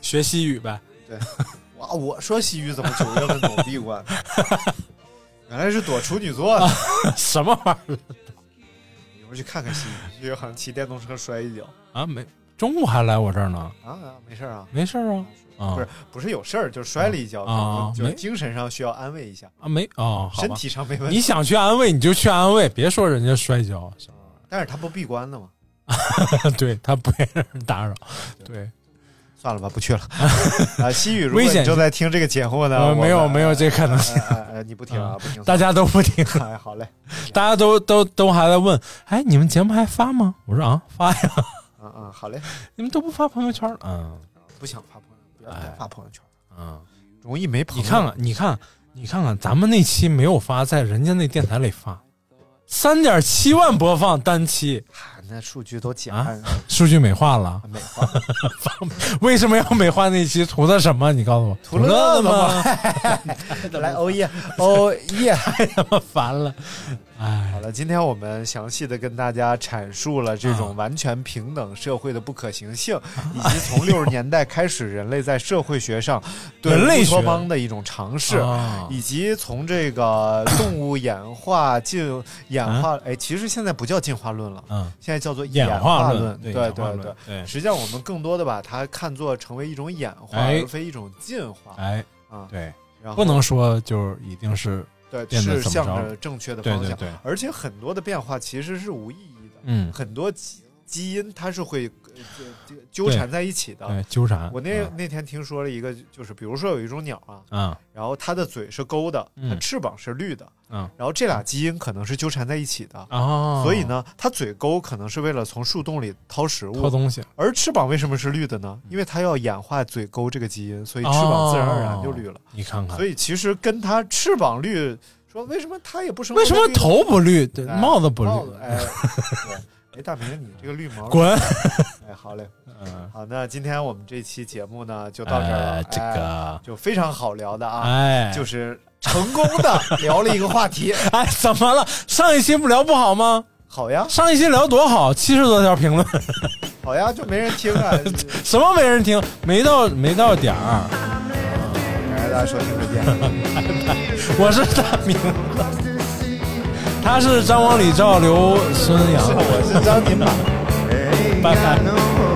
Speaker 10: 学西语呗。
Speaker 9: 哇，我说西域怎么九月份总闭 关？原来是躲处女座的。
Speaker 10: 什么玩意儿
Speaker 9: 一会儿去看看西域，西域好像骑电动车摔一跤
Speaker 10: 啊？没，中午还来我这儿呢，
Speaker 9: 啊啊，没事儿啊，
Speaker 10: 没事儿啊。啊，
Speaker 9: 不是不是有事儿，就是摔了一跤，
Speaker 10: 啊
Speaker 9: 就是
Speaker 10: 没
Speaker 9: 精神上需要安慰一下，
Speaker 10: 啊，没哦，好
Speaker 9: 身
Speaker 10: 吧。
Speaker 9: 体上没问
Speaker 10: 你
Speaker 9: 题。
Speaker 10: 想去安慰你就去安慰，别说人家摔跤。
Speaker 9: 但是他不闭关的嘛，
Speaker 10: 对他不被人打扰，对，
Speaker 9: 算了吧，不去 了。啊，西域，如果
Speaker 10: 危险
Speaker 9: 你正在听这个节目呢，
Speaker 10: 呃，
Speaker 9: 我们
Speaker 10: 没有没有这 可能性
Speaker 9: 哎，哎哎，你不听啊，不听。
Speaker 10: 大家都不听，
Speaker 9: 哎，好嘞，
Speaker 10: 大家都都都还在问，哎，你们节目还发吗？我说啊，发呀，
Speaker 9: 嗯嗯，好嘞，
Speaker 10: 你们都不发朋友圈了，嗯
Speaker 9: 不想发朋友，不要再发朋友圈，
Speaker 10: 嗯。
Speaker 9: 容易没朋
Speaker 10: 你
Speaker 9: 友。
Speaker 10: 看看，你看，啊你看看，咱们那期没有发在人家那电台里发，三点七万播放单期，
Speaker 9: 啊，那数据都假
Speaker 10: 啊数据美化了。
Speaker 9: 美 化，
Speaker 10: 为什么要美化那期？图的什么？你告诉我，
Speaker 9: 图乐子
Speaker 10: 吗
Speaker 9: 吗？ 来，哦耶，哦耶！
Speaker 10: 太他妈烦了，哎
Speaker 9: 好，了，今天我们详细的跟大家阐述了这
Speaker 10: 啊
Speaker 9: 种完全平等社会的不可行性，以及从六十年代开始人类在社会学上对
Speaker 10: 人类
Speaker 9: 乌
Speaker 10: 学
Speaker 9: 托邦的一种尝试，
Speaker 10: 啊
Speaker 9: 以及从这个动物演化进演化，哎，其实现在不叫进化论了，
Speaker 10: 嗯，
Speaker 9: 现在叫做
Speaker 10: 啊演
Speaker 9: 化
Speaker 10: 化
Speaker 9: 论，
Speaker 10: 论
Speaker 9: 对
Speaker 10: 对
Speaker 9: 对
Speaker 10: 演化论
Speaker 9: 对
Speaker 10: 对
Speaker 9: 实际上，我们更多的把它看作成为一种演化，
Speaker 10: 哎
Speaker 9: 而非一种进化
Speaker 10: 哎，
Speaker 9: 啊。
Speaker 10: 对，
Speaker 9: 然后
Speaker 10: 不能说就是一定是，
Speaker 9: 对，
Speaker 10: 变得
Speaker 9: 是
Speaker 10: 怎么
Speaker 9: 向
Speaker 10: 着
Speaker 9: 着正确的
Speaker 10: 对
Speaker 9: 方
Speaker 10: 对
Speaker 9: 向，
Speaker 10: 对
Speaker 9: 而且很多的变化其实是无意义的，
Speaker 10: 嗯，
Speaker 9: 很多基基因它是会呃这这纠缠在一起的。
Speaker 10: 对，嗯纠缠。
Speaker 9: 我那那天听说了一个，就是比如说有一种鸟啊，
Speaker 10: 嗯
Speaker 9: 然后它的嘴是勾的，它
Speaker 10: 嗯
Speaker 9: 翅膀是绿的，
Speaker 10: 嗯
Speaker 9: 然后这俩基因可能是纠缠在一起的。
Speaker 10: 嗯啊，
Speaker 9: 所以呢，它嘴勾可能是为了从树洞里掏食
Speaker 10: 偷
Speaker 9: 物，
Speaker 10: 东西，嗯
Speaker 9: 而翅膀为什么是绿的呢？因为它要演化嘴勾这个基因，所以翅膀自然而然就绿了。
Speaker 10: 你看看
Speaker 9: 所，以其实跟它翅膀绿，说为什么它也不生活
Speaker 10: 为
Speaker 9: 在
Speaker 10: 什
Speaker 9: 这个？
Speaker 10: 么头不绿，对
Speaker 9: 哎
Speaker 10: 帽子不绿？
Speaker 9: 帽子哎，对哎，大明，你这个绿毛！
Speaker 10: 滚！
Speaker 9: 哎，好嘞，
Speaker 10: 嗯，
Speaker 9: 好，那今天我们这期节目呢就到这儿了
Speaker 10: 呃，，这
Speaker 9: 哎
Speaker 10: 个，
Speaker 9: 就非常好聊的啊，
Speaker 10: 哎，
Speaker 9: 就是成功的聊了一个话题，
Speaker 10: 哎，怎么了？上一期不聊不好吗？
Speaker 9: 好呀，
Speaker 10: 上一期聊多好，七十多条评论，
Speaker 9: 好呀，就没人听啊，
Speaker 10: 哎
Speaker 9: 感
Speaker 10: 什么没人听？没到没到点儿。啊
Speaker 9: 谢大家收听，再见。
Speaker 10: 我是大明，他是张王李赵刘孙杨，
Speaker 9: 我是张金马。
Speaker 10: 拜拜。
Speaker 3: no
Speaker 7: Oh,